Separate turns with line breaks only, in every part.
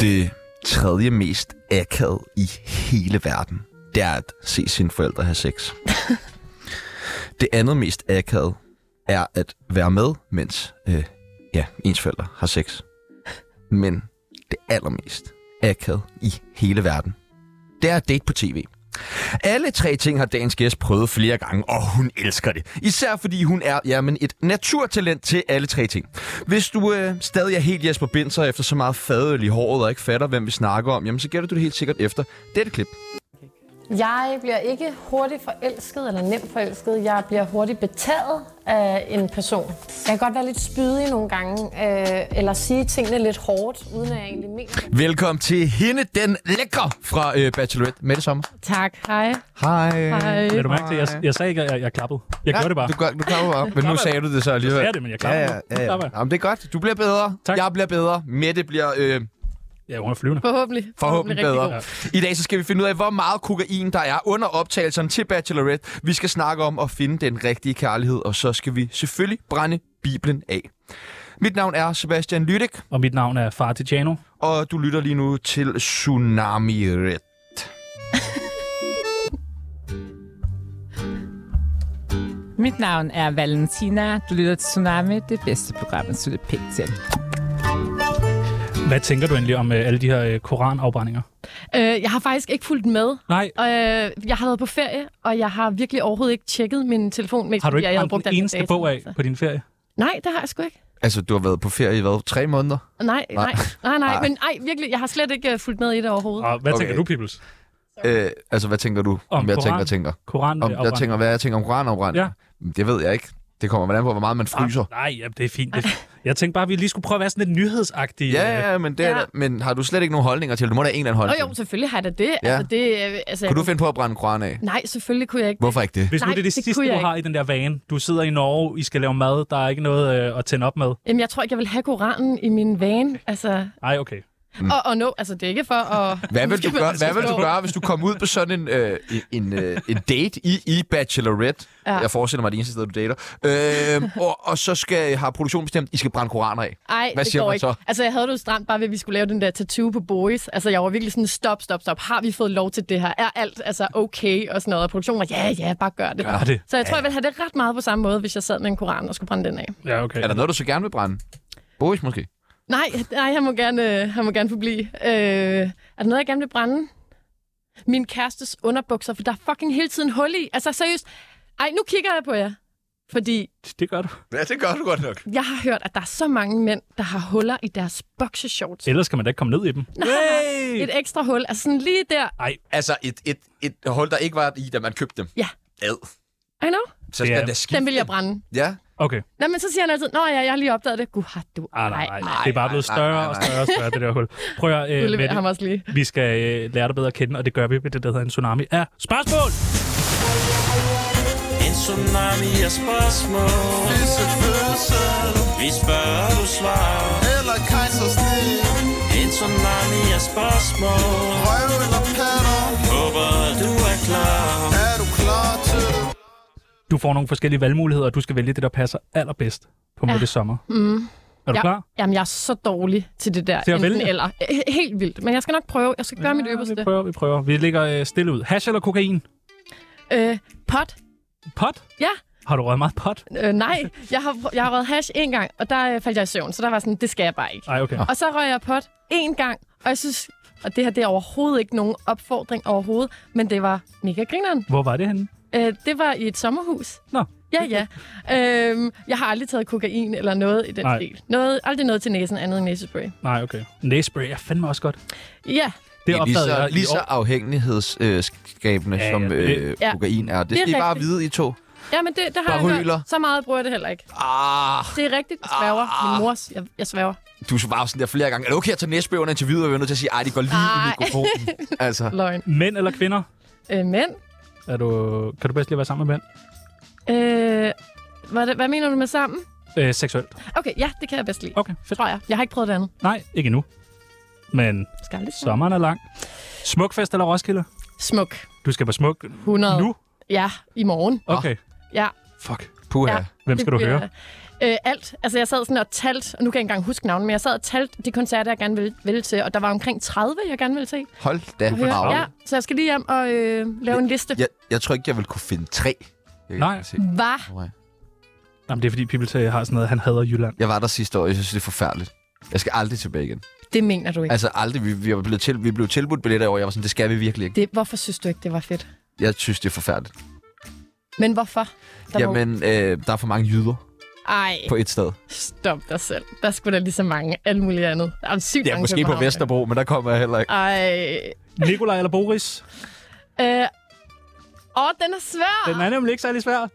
det tredje mest akavet i hele verden, det er at se sine forældre have sex. det andet mest akavet er at være med, mens øh, ja, ens forældre har sex. Men det allermest akavet i hele verden, det er at date på tv. Alle tre ting har dagens gæst prøvet flere gange, og hun elsker det. Især fordi hun er jamen, et naturtalent til alle tre ting. Hvis du øh, stadig er helt Jesper Binser efter så meget fadøl i håret og ikke fatter, hvem vi snakker om, jamen, så gætter du det helt sikkert efter dette klip.
Jeg bliver ikke hurtigt forelsket eller nemt forelsket. Jeg bliver hurtigt betaget af en person. Jeg kan godt være lidt spydig nogle gange, øh, eller sige tingene lidt hårdt, uden at jeg egentlig mener det.
Velkommen til hende, den lækker fra øh, Bachelorette. Mette Sommer.
Tak. Hej.
Hej.
Hej.
Lad du mærke til, jeg, jeg sagde ikke, at jeg, jeg klappede. Jeg gjorde det bare.
Du, gør, du klapper bare, men nu
Klapper.
sagde du det så
Jeg
alligevel.
sagde det, men jeg
Ja,
klappede.
ja, ja.
Klapper
ja.
jeg.
Jamen, det er godt. Du bliver bedre.
Tak.
Jeg bliver bedre. Mette bliver øh,
Ja, hun er flyvende.
Forhåbentlig.
Forhåbentlig
rigtig
bedre. I dag så skal vi finde ud af, hvor meget kokain der er under optagelserne til Bachelorette. Vi skal snakke om at finde den rigtige kærlighed, og så skal vi selvfølgelig brænde Bibelen af. Mit navn er Sebastian Lydik,
Og mit navn er Far Tiziano.
og du lytter lige nu til Tsunami Red.
Mit navn er Valentina. Du lytter til Tsunami, det bedste program, at slutte pænt til.
Hvad tænker du egentlig om øh, alle de her øh, koranafbrændinger?
Øh, jeg har faktisk ikke fulgt med.
Nej,
Og, øh, jeg har været på ferie, og jeg har virkelig overhovedet ikke tjekket min telefon, mens
har du ikke
jeg havde
brændt
brugt
den
al min
eneste
data.
bog af på din ferie?
Nej, det har jeg sgu ikke.
Altså, du har været på ferie i hvad? Tre måneder?
Nej, nej, nej, nej.
Nej.
Men ej, virkelig, jeg har slet ikke øh, fulgt med i det overhovedet.
Og hvad
Okay.
okay. tænker du, Pibels?
Øh, altså, hvad tænker du?
Om
jeg
koran?
tænker, tænker.
Koran
Om, jeg tænker, hvad jeg tænker om koranafbrænding?
Ja.
Det ved jeg ikke. Det kommer hvordan på, hvor meget man fryser.
Nej, ja, det er fint. Det er fint. Jeg tænkte bare, at vi lige skulle prøve at være sådan lidt nyhedsagtige.
Ja, ja, men, det er,
Ja.
men har du slet ikke nogen holdninger til det? Du må da have en eller anden
Og
altså.
holdning.
jo, selvfølgelig har jeg da det.
Ja.
Altså, det øh, altså,
Kunne du finde på at brænde en koran af?
Nej, selvfølgelig kunne jeg ikke.
Hvorfor ikke det?
Hvis nu
Nej,
det er det,
det
sidste,
kunne jeg
du har i den der vane. Du sidder i Norge, I skal lave mad, der er ikke noget øh, at tænde op med.
Jamen, jeg tror ikke, jeg vil have Koranen i min vane. Altså,
Nej, okay.
og, og no, altså, det er ikke for at...
Mm. Hvad
Nu
vil, du
skal man
gøre,
altså
hvad vil du
forstå.
gøre, hvis du kom ud på sådan en, øh, en, øh, en date i, i Bachelorette? Ja.
Ja.
Jeg forestiller mig, det eneste sted, du dater. Øh, og, og så skal, har produktionen bestemt, I skal brænde koraner af.
Ej,
Hvad
det
siger
går
man
ikke.
så?
Altså, jeg havde det jo stramt bare ved, at vi skulle lave den der tattoo på boys. Altså, jeg var virkelig sådan, stop, stop, stop. Har vi fået lov til det her? Er alt altså okay? Og sådan noget. Og produktionen var, ja, ja, bare gør det.
Gør det.
Så jeg tror, jeg ville have det ret meget på samme måde, hvis jeg sad med en koran og skulle brænde den af.
Ja, okay.
Er der noget, du så gerne vil brænde? Boris måske?
Nej, nej, han må gerne, øh, han må gerne forblive. Øh, er der noget, jeg gerne vil brænde? Min kærestes underbukser, for der er fucking hele tiden hul i. Altså, seriøst. Ej, nu kigger jeg på jer. Fordi
Det gør du.
Ja, det gør du godt nok.
jeg har hørt, at der er så mange mænd, der har huller i deres boxershorts.
Ellers kan man da ikke komme ned i dem.
Nej. Et ekstra hul. Altså sådan lige der.
Altså et, et, et hul, der ikke var i, da man købte dem.
Ja.
Ad.
I know.
Så
Det
skal
er-
det skifte.
Den vil jeg brænde.
Ja.
Okay.
Nå, men så siger han altid, Nå ja, jeg har lige opdaget det. Gud, har du
Ah, nej, nej, nej. Det er bare blevet
nej,
større
nej,
og
nej.
større og større, det der hul. Prøv at
Du
øh,
leverer ham
Mette,
også lige.
vi skal øh, lære dig bedre at kende, og det gør vi ved det, der hedder en tsunami af spørgsmål.
En tsunami af spørgsmål Vi spørger, du svarer
Eller kejsersnit
En tsunami af spørgsmål
Røv eller patter
Håber, du er klar
Er du klar til det?
Du får nogle forskellige valgmuligheder, og du skal vælge det, der passer allerbedst på ja. Mette Sommer. Mm. Er du
Ja.
klar?
Jamen, jeg er så dårlig til det der.
Til at
enten
vælge?
Eller. H- Helt vildt. Men jeg skal nok prøve. Jeg skal gøre mit
Vi
øverste.
prøver, vi prøver. Vi ligger øh, stille ud. Hash eller kokain?
Øh, pot?
Pot?
Ja.
Har du røget meget pot?
Øh, nej. Jeg har, jeg har røget hash en gang, og der øh, faldt jeg i søvn. Så der var sådan, det skal jeg bare ikke.
Nej, okay.
Og så røg jeg pot en gang, og jeg synes... Og det her, det er overhovedet ikke nogen opfordring overhovedet, men det var mega grineren.
Hvor var det henne?
Øh, det var i et sommerhus.
Nå.
Ja, ja. Øhm, jeg har aldrig taget kokain eller noget i den
Nej.
del. Noget, aldrig noget til næsen andet end næsespray.
Nej, okay. Næsspray er fandme også godt.
Ja,
Det
Det er lige
opdagede
så,
jeg
lige
i
så
år.
afhængighedsskabende,
Ja, ja,
som
det-
øh,
Ja.
kokain er. Det,
er
skal I bare
rigtigt.
vide, I to.
ja men det, det har
Der
jeg hørt.
hyler.
Så meget bruger jeg det heller ikke.
Ah.
Det er rigtigt. Jeg sværger. Min mors, jeg, jeg sværger.
du var jo sådan der flere gange, er det okay at tage næsbøg under interviewet, og vi er nødt til at sige, ej, det går lige i
Ej.
mikrofonen. altså,
Løgn.
Mænd eller kvinder?
Øh, men,
Er du, kan du bedst lige være sammen med mænd?
øh, hvad, hvad mener du med sammen?
Øh, seksuelt.
Okay, ja, det kan jeg bedst lide.
Okay, fedt.
Tror jeg. Jeg har ikke prøvet det andet.
Nej, ikke endnu. Men
Skal jeg lidt
sommeren er lang. Smukfest eller Roskilde?
Smuk.
Du skal være smuk
100.
nu?
Ja, i morgen.
Okay.
Ja.
Fuck.
Puha. Ja.
Ja.
Hvem skal du høre?
Øh, alt. Altså, jeg sad sådan og talt, og nu kan jeg ikke engang huske navnet, men jeg sad og talt de koncerter, jeg gerne ville, ville til, og der var omkring 30, jeg gerne ville se.
Hold da
Og høre.
brav.
Ja, så jeg skal lige hjem og øh, lave en liste.
Jeg, jeg tror ikke, jeg vil kunne finde tre. Jeg,
Nej.
kan se.
Hvad?
Jamen, det er fordi, Pibeltag har sådan noget, han hader Jylland.
jeg var der sidste år, jeg synes, det er forfærdeligt. Jeg skal aldrig tilbage igen.
Det mener du ikke.
Altså aldrig. Vi, vi, var blevet til, vi blev tilbudt billetter i år. Jeg var sådan, det skal vi virkelig ikke.
Det, hvorfor synes du ikke, det var fedt?
Jeg synes, det er forfærdeligt.
Men hvorfor? Der var-
Jamen, øh, der er for mange jyder
Ej,
på et sted.
stop dig selv. Der skulle da lige så mange, alt muligt andet. Der er sygt
Ja,
mange
måske på
københavnere.
Vesterbro, men der kommer jeg heller ikke.
Ej.
Nikolaj eller Boris?
Øh. Åh, den er svær.
Den er nemlig ikke særlig svær.
Ej.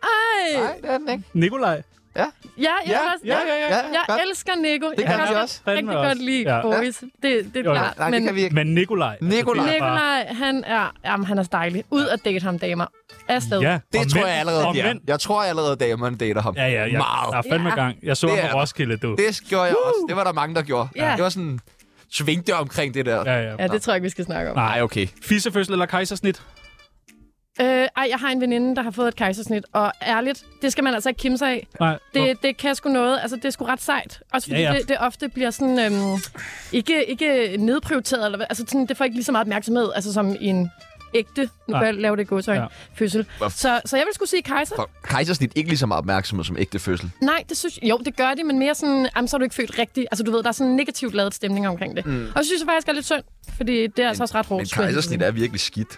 Nej, det er den ikke.
Nikolaj.
Ja, jeg,
Ja,
kan også,
ja, ja, ja.
jeg elsker Nico. Det jeg
kan vi
godt-
også.
rigtig
Fandme
godt
også.
lide
Ja.
ja. Boris. Det, det er
Jo, jo.
klart.
Nej, det kan vi ikke.
Men Nikolaj. altså,
Nikolaj.
det er bare-
Nikolaj, han er, jamen, han er dejlig. Ud at date ham, damer. Afsted.
Ja,
Det
og
tror
mænd-
jeg allerede,
og
de er.
mænd.
Jeg tror allerede, damerne dater ham.
Ja, ja, ja.
Meget.
Der er fandme
Ja.
gang. Jeg så
Det
ham
er
på
der.
Roskilde, du.
Det gjorde jeg også. Det var der mange, der gjorde.
Ja.
Det var sådan svingte omkring det der.
Ja, ja.
Ja, det tror jeg ikke, vi skal snakke om.
Nej.
Nej, okay.
Fissefødsel eller kejsersnit?
Øh, ej, jeg har en veninde, der har fået et kejsersnit, og ærligt, det skal man altså ikke kimse af.
Nej.
Det, det kan sgu noget. Altså, det er sgu ret sejt. Også fordi
Ja,
ja,
ja.
ja. Det, det ofte bliver sådan... Øhm, ikke, ikke nedprioriteret. Eller, hvad. altså, sådan, det får ikke lige så meget opmærksomhed altså, som i en ægte... Nu
Nej.
kan jeg lave det godsøjne.
Ja.
Ja. Fødsel.
Hvor-
Så, så jeg vil skulle sige kejser.
For kejsersnit ikke lige så meget opmærksomhed som ægte fødsel.
Nej, det synes Jo, det gør det, men mere sådan... Jamen, så er du ikke født rigtigt. Altså, du ved, der er sådan en negativt lavet stemning omkring det. Mm. Og det synes jeg faktisk er lidt synd. Fordi det er altså også ret hårdt.
Men
skulle jeg hilse
kejsersnit
at
er virkelig skidt.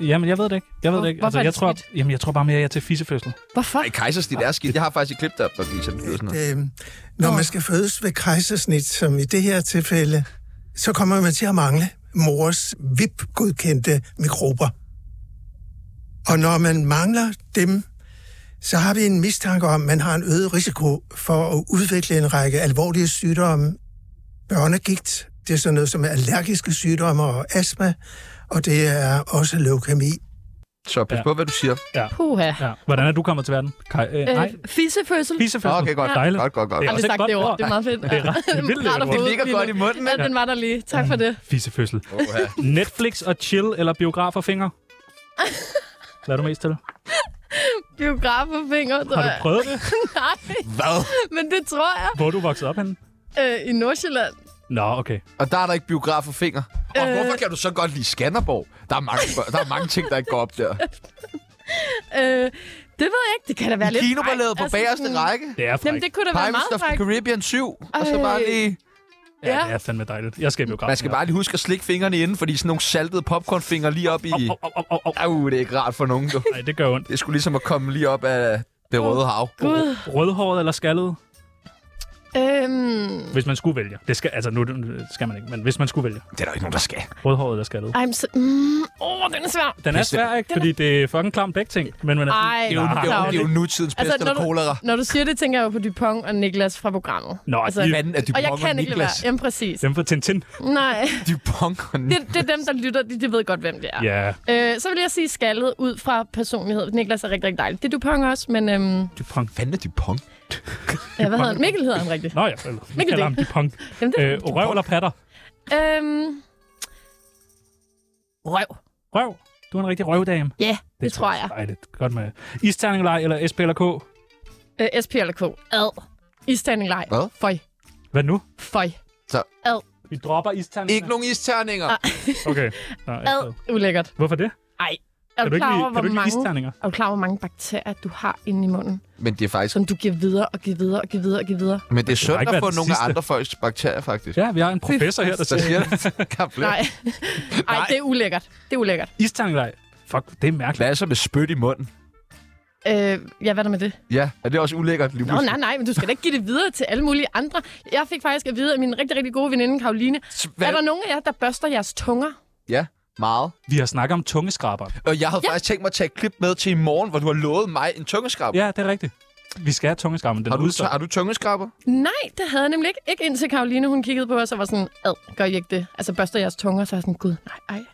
Jamen, jeg ved det ikke. Jeg ved det ikke. Altså,
Hvor- hvorfor er
jeg
det
tror,
skidt?
jamen, jeg tror bare mere, at jeg er til fissefødsel.
sige. Hvorfor?
Nej, kejsersnit er skidt. Jeg har faktisk et klip, der hvor vi sådan lyder sådan noget.
at, øh, når man skal fødes ved kejsersnit, som i det her tilfælde, så kommer man til at mangle mors VIP-godkendte mikrober. Og når man mangler dem, så har vi en mistanke om, at man har en øget risiko for at udvikle en række alvorlige sygdomme. Børnegigt, det er sådan noget som allergiske sygdomme og astma, og det er også leukemi.
Så pas
Ja.
på, hvad du siger.
Puha.
Ja. Hvordan er du kommet til verden? Kaj- øh, nej,
Øh, fissefødsel.
fissefødsel.
Okay, godt.
Dejligt.
Godt, godt, godt.
Det er
Jeg har aldrig
også et
sagt
godt
det ord.
ord.
Det er meget fedt.
Det er ret- det er vildt
Rart at
lækkert
få
Det
ud
ligger
lige
godt
nu.
i munden,
Ja, den var der lige. Tak for det.
Fissefødsel.
Oha.
Netflix og chill eller biograf og fingre? Hvad er du mest til?
Biograf på fingre, tror
Har du
jeg.
prøvet det?
Nej,
Hvad?
men det tror jeg.
Hvor er du vokset op henne?
Øh, I Nordsjælland.
Nå, okay.
Og der er der ikke biograf og finger. Og
Øh.
hvorfor kan du så godt lide Skanderborg? Der er mange, der er mange ting, der ikke går op der.
Øh, det ved jeg ikke. Det kan da være lidt...
Kinoballadet
frækt.
på
Altså
bagerste
sådan-
række.
Det er frækt.
Jamen, det kunne da være
Pirates
meget
of the
frækt.
Caribbean 7. Og så bare
Ej.
lige...
ja,
Ja.
det er fandme dejligt. Jeg skal i biografen.
Man skal bare lige huske at slikke fingrene inden, fordi sådan nogle saltede popcornfingre lige op i...
Au, au, au, au, au.
Au, det er ikke rart for nogen, du.
Nej, det gør ondt.
Det skulle ligesom at komme lige op af det røde hav.
Gud.
Rødhåret eller skaldet?
Øhm,
Hvis man skulle vælge. Det skal, altså, nu nu skal man ikke, men hvis man skulle vælge.
Det er der ikke nogen, der skal.
Rødhåret eller skaldet?
ej, men så... Mm, åh, den er svær.
Den er svær, ikke? Fordi det er fucking klam begge ting. Men man er sådan,
Ej,
Det er jo, det er jo, det er jo nutidens pest
Altså,
altså,
når
eller
du-
kolera.
Når du siger det, tænker jeg jo på Dupont og Niklas fra programmet.
Nå, altså,
Altså,
de,
Manden af
og jeg
Dupont og
kan ikke lade være.
Niklas.
Jamen, præcis.
dem fra Tintin.
Nej,
Dupont og
det, det er dem, der lytter. De, de ved godt, hvem det er.
Ja,
Øh, så vil jeg sige skaldet ud fra personlighed. Niklas er rigtig, rigtig dejlig. Det er Dupont også, men... Øhm,
Dupont.
Fanden er Dupont?
ja, hvad hedder han? Mikkel hedder han rigtigt.
Nå ja, eller, vi kalder ham Dupont.
Jamen, det,
Øh, røv eller patter?
Øhm, røv.
Røv. Du er en rigtig røvdame.
Ja, yeah, det, det tror jeg.
Nej, det er godt med. Isterningleg eller SP eller K?
Øh, SP eller K. Ad. Istandinglej.
Hvad?
Føj.
Hvad nu?
Føj.
Vi dropper isterningleg.
Ikke nogen isterninger.
Nej.
Okay. Nej,
Ad. Ulækkert.
Hvorfor det?
Er
Kan
du,
du ikke
klar
lide,
over,
kan
hvor
du ikke lide
mange...
isterninger?
Er du klar over, hvor mange bakterier, du har inde i munden,
Men det er faktisk...
som du giver videre og giver videre og giver videre og giver videre?
Men det er
ikke
sundt at
været
få
den
nogle af
sidste.
andre folks bakterier, faktisk.
Ja, vi har en professor her, der
Der
siger
siger det. Kan flere.
Nej. Ej, det er ulækkert. Det er ulækkert.
isterningleg. Fuck, det er mærkeligt.
Hvad er så med spyt i munden?
Øh, ja, hvad er der med det?
Ja, er det også ulækkert? Lige
Nå, nej, nej, men du skal da ikke give det videre til alle mulige andre. Jeg fik faktisk at vide af min rigtig, rigtig gode veninde, Karoline.
Hvad?
Er der nogen af jer, der børster jeres tunger?
Ja, meget.
Vi har snakket om tungeskraber.
Og jeg havde ja. faktisk tænkt mig at tage et klip med til i morgen, hvor du har lovet mig en tungeskrab.
Ja, det er rigtigt. Vi skal have tungeskraber, men den
Har
er
du,
udsat.
har du tungeskraber?
Nej, det havde jeg nemlig ikke. Ikke indtil Karoline, hun kiggede på os og var sådan, ad, gør I ikke det? Altså børster jeres tunger, så er jeg sådan, gud, nej, ej.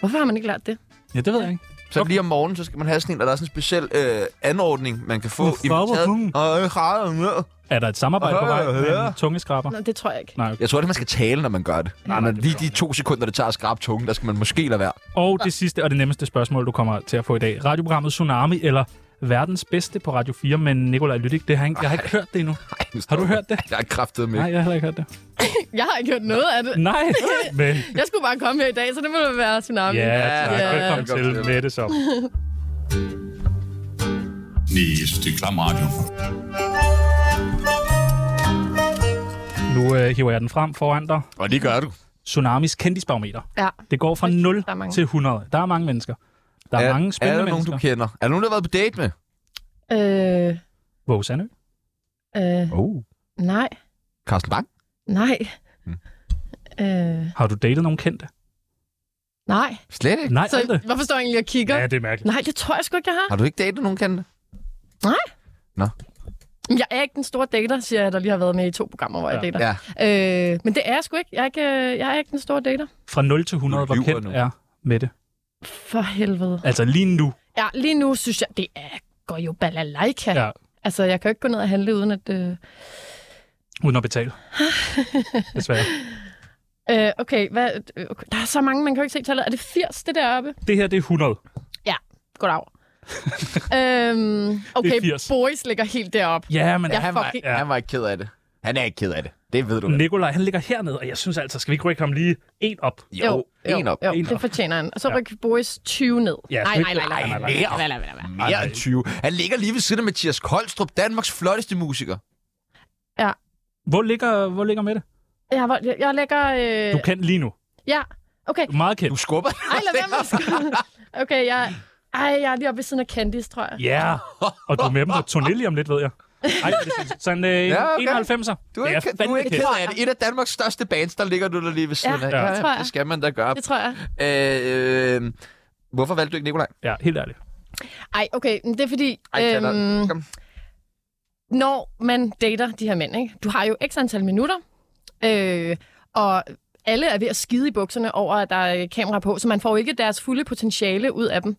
Hvorfor har man ikke lært det?
Ja, det ved jeg ikke.
Så
Okay.
lige om morgenen, så skal man have sådan en, og der er sådan en speciel øh, anordning, man kan få.
Hvorfor, hvorfor?
Og jeg græder ned.
Er der et samarbejde på vej
Øh,
med
ja.
en tungeskraber?
Nå, det tror jeg ikke.
Nej, okay.
Jeg tror ikke, man skal tale, når man gør det. Nej, nej, lige de to sekunder, det tager at skrabe tungen, der skal man måske lade være.
Og det sidste og det nemmeste spørgsmål, du kommer til at få i dag. Radioprogrammet Tsunami eller verdens bedste på Radio 4, men Nikolaj Lydik, det har jeg, ikke- jeg har ikke hørt det endnu. Har du hørt det?
Jeg har kraftet med.
Nej, jeg har heller ikke hørt det.
Jeg har ikke gjort noget af det.
Nej, men...
Jeg skulle bare komme her i dag, så det må da være tsunami.
Ja, tak.
ja.
Velkommen til med det så.
Næste, det er klam radio.
Nu øh, hiver jeg den frem foran dig.
Og det gør du.
Tsunamis kendisbarometer.
ja.
Det går fra
Hold kæft,
0
der er mange.
til 100. Der er mange mennesker. Der er,
er
mange
Er
spændende
der nogen,
mennesker.
du kender? Er der nogen, der har været på date med?
Øh,
Våge Sandø.
øh,
Oh.
nej,
Carsten Bang?
nej.
Mm.
Øh,
Har du datet nogen kendte?
nej.
Slet ikke.
Nej,
Så
aldrig.
hvorfor står jeg egentlig og kigger?
Ja, det er mærkeligt.
Nej, det tror jeg sgu ikke, jeg har.
Har du ikke datet nogen kendte?
Men Jeg er ikke den store dater, siger jeg, der lige har været med i to programmer, hvor jeg
Ja.
dater.
Ja.
Øh, men det er jeg sgu ikke. Jeg er ikke, øh, jeg er ikke den store dater.
Fra 0 til 100,
Du
hvor
lyver
kendt
nu.
er Mette.
For helvede.
Altså lige nu.
Ja, lige nu synes jeg, det er, går jo balalaika.
Ja.
Altså, jeg kan jo ikke gå ned og handle uden at... Øh...
Uden at betale. Desværre.
Øh, okay, hvad, øh, okay, der er så mange, man kan jo ikke se tallet. Er det 80, det deroppe?
Det her, det er 100.
Goddag. øhm, okay,
80.
Boris ligger helt deroppe.
Ja, men
Jeg
han
fuck,
Ja. Han var ikke ked af det. Han er ikke ked af det. Det ved du vel.
Nikolaj, han ligger hernede, og jeg synes altså, skal vi ikke rykke ham lige en op?
Jo, en op.
Jo,
en
det
op.
fortjener han. Og så
Ja.
rykker Boris 20 ned.
Ja,
nej,
så-
nej, nej, nej.
Ej,
nej.
mere,
Hvad, hvad, hvad, hvad?
mere end 20. Han ligger lige ved siden af Mathias Koldstrup, Danmarks flotteste musiker.
Hvor ligger, hvor ligger Mette?
Jeg, var- jeg, jeg lægger... Øh...
Du kan lige nu.
Ja, okay.
Du er meget kendt.
Du skubber
Ej, lad være med at skrive. Okay, jeg... Ej, jeg er lige oppe ved siden af Candice, tror jeg.
Ja, yeah. og du er med dem på turné lige om lidt, ved jeg. Ej, det er sådan- sådan øh,
Ja,
ja,
okay.
okay. 91'er.
Du er,
Det
ikke, du er
fandme
ikke
kendt.
ked af det. Et af Danmarks største bands, der ligger du der lige ved siden
Ja,
af.
det tror jeg.
det skal man da gøre.
Det tror jeg.
Øh, øh, hvorfor valgte du ikke Nikolaj?
Ja, helt ærligt.
Ej, okay, men det er fordi...
Ej, kan der-
øhm,
kom.
når man dater de her mænd, ikke? du har jo x antal minutter, øh, og alle er ved at skide i bukserne over, at der er kamera på, så man får jo ikke deres fulde potentiale ud af dem.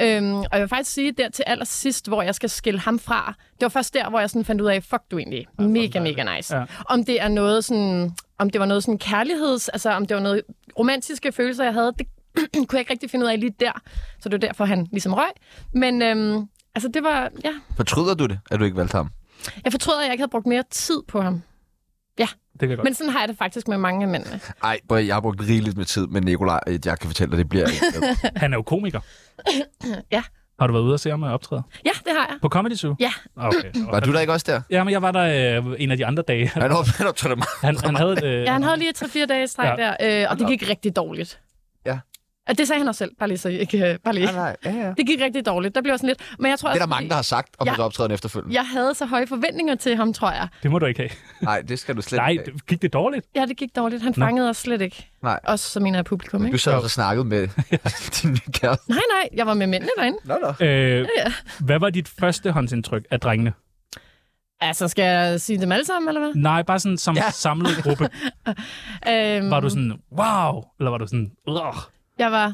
Øhm, og jeg vil faktisk sige, der til allersidst, hvor jeg skal skille ham fra, det var først der, hvor jeg sådan fandt ud af, fuck du egentlig, mega, mega nice.
Ja.
Ja. Om det er noget sådan, om det var noget sådan kærligheds, altså om det var noget romantiske følelser, jeg havde, det kunne jeg ikke rigtig finde ud af lige der. Så det var derfor, han ligesom røg. Men øhm, altså, det var, ja,
Fortryder du det, at du ikke valgte ham?
jeg fortryder, at jeg ikke havde brugt mere tid på ham.
Det kan jeg godt.
Men sådan har jeg det faktisk med mange af mændene.
Ej, prøv at- jeg har brugt rigeligt med tid med Nikolaj. Øh, Jeg kan fortælle dig, det bliver ikke.
Han er jo komiker.
Ja.
Har du været ude og se ham øh, optræde?
Ja, det har jeg.
På Comedy Zoo?
Ja.
Okay.
Var du der ikke også der?
Ja, men jeg var der øh, en af de andre dage. Han,
Han op- han optrådte mig.
han, han havde... Øh,
Ja, han havde lige 3-4 dage i
Ja.
streg ja. der, øh, og det gik rigtig dårligt.
Ja.
Og det sagde han også selv, bare lige så I ikke... øh, Bare lige.
Nej, nej, ja, ja.
Det gik rigtig dårligt. Der blev jeg sådan lidt... Men jeg tror
Det er
også,
der mange, der har sagt om
Ja.
hans optræden efterfølgende.
Jeg havde så høje forventninger til ham, tror jeg.
Det må du ikke have.
Nej, det skal du slet
Nej,
ikke.
det- gik det dårligt?
Ja, det gik dårligt. Han
Nå.
fangede os slet ikke.
Nej.
Også som en af publikum,
Du
ikke?
sad og snakkede med din nye kæreste.
Nej, nej, jeg var med mændene derinde.
Nå, nå.
Øh,
ja.
Hvad var dit første håndsindtryk af drengene?
Altså, skal jeg sige dem alle sammen, eller hvad?
Nej, bare sådan som
Ja.
ja. samlet gruppe.
Øhm,
Var du sådan, wow? Eller var du sådan, Ugh.
Jeg var...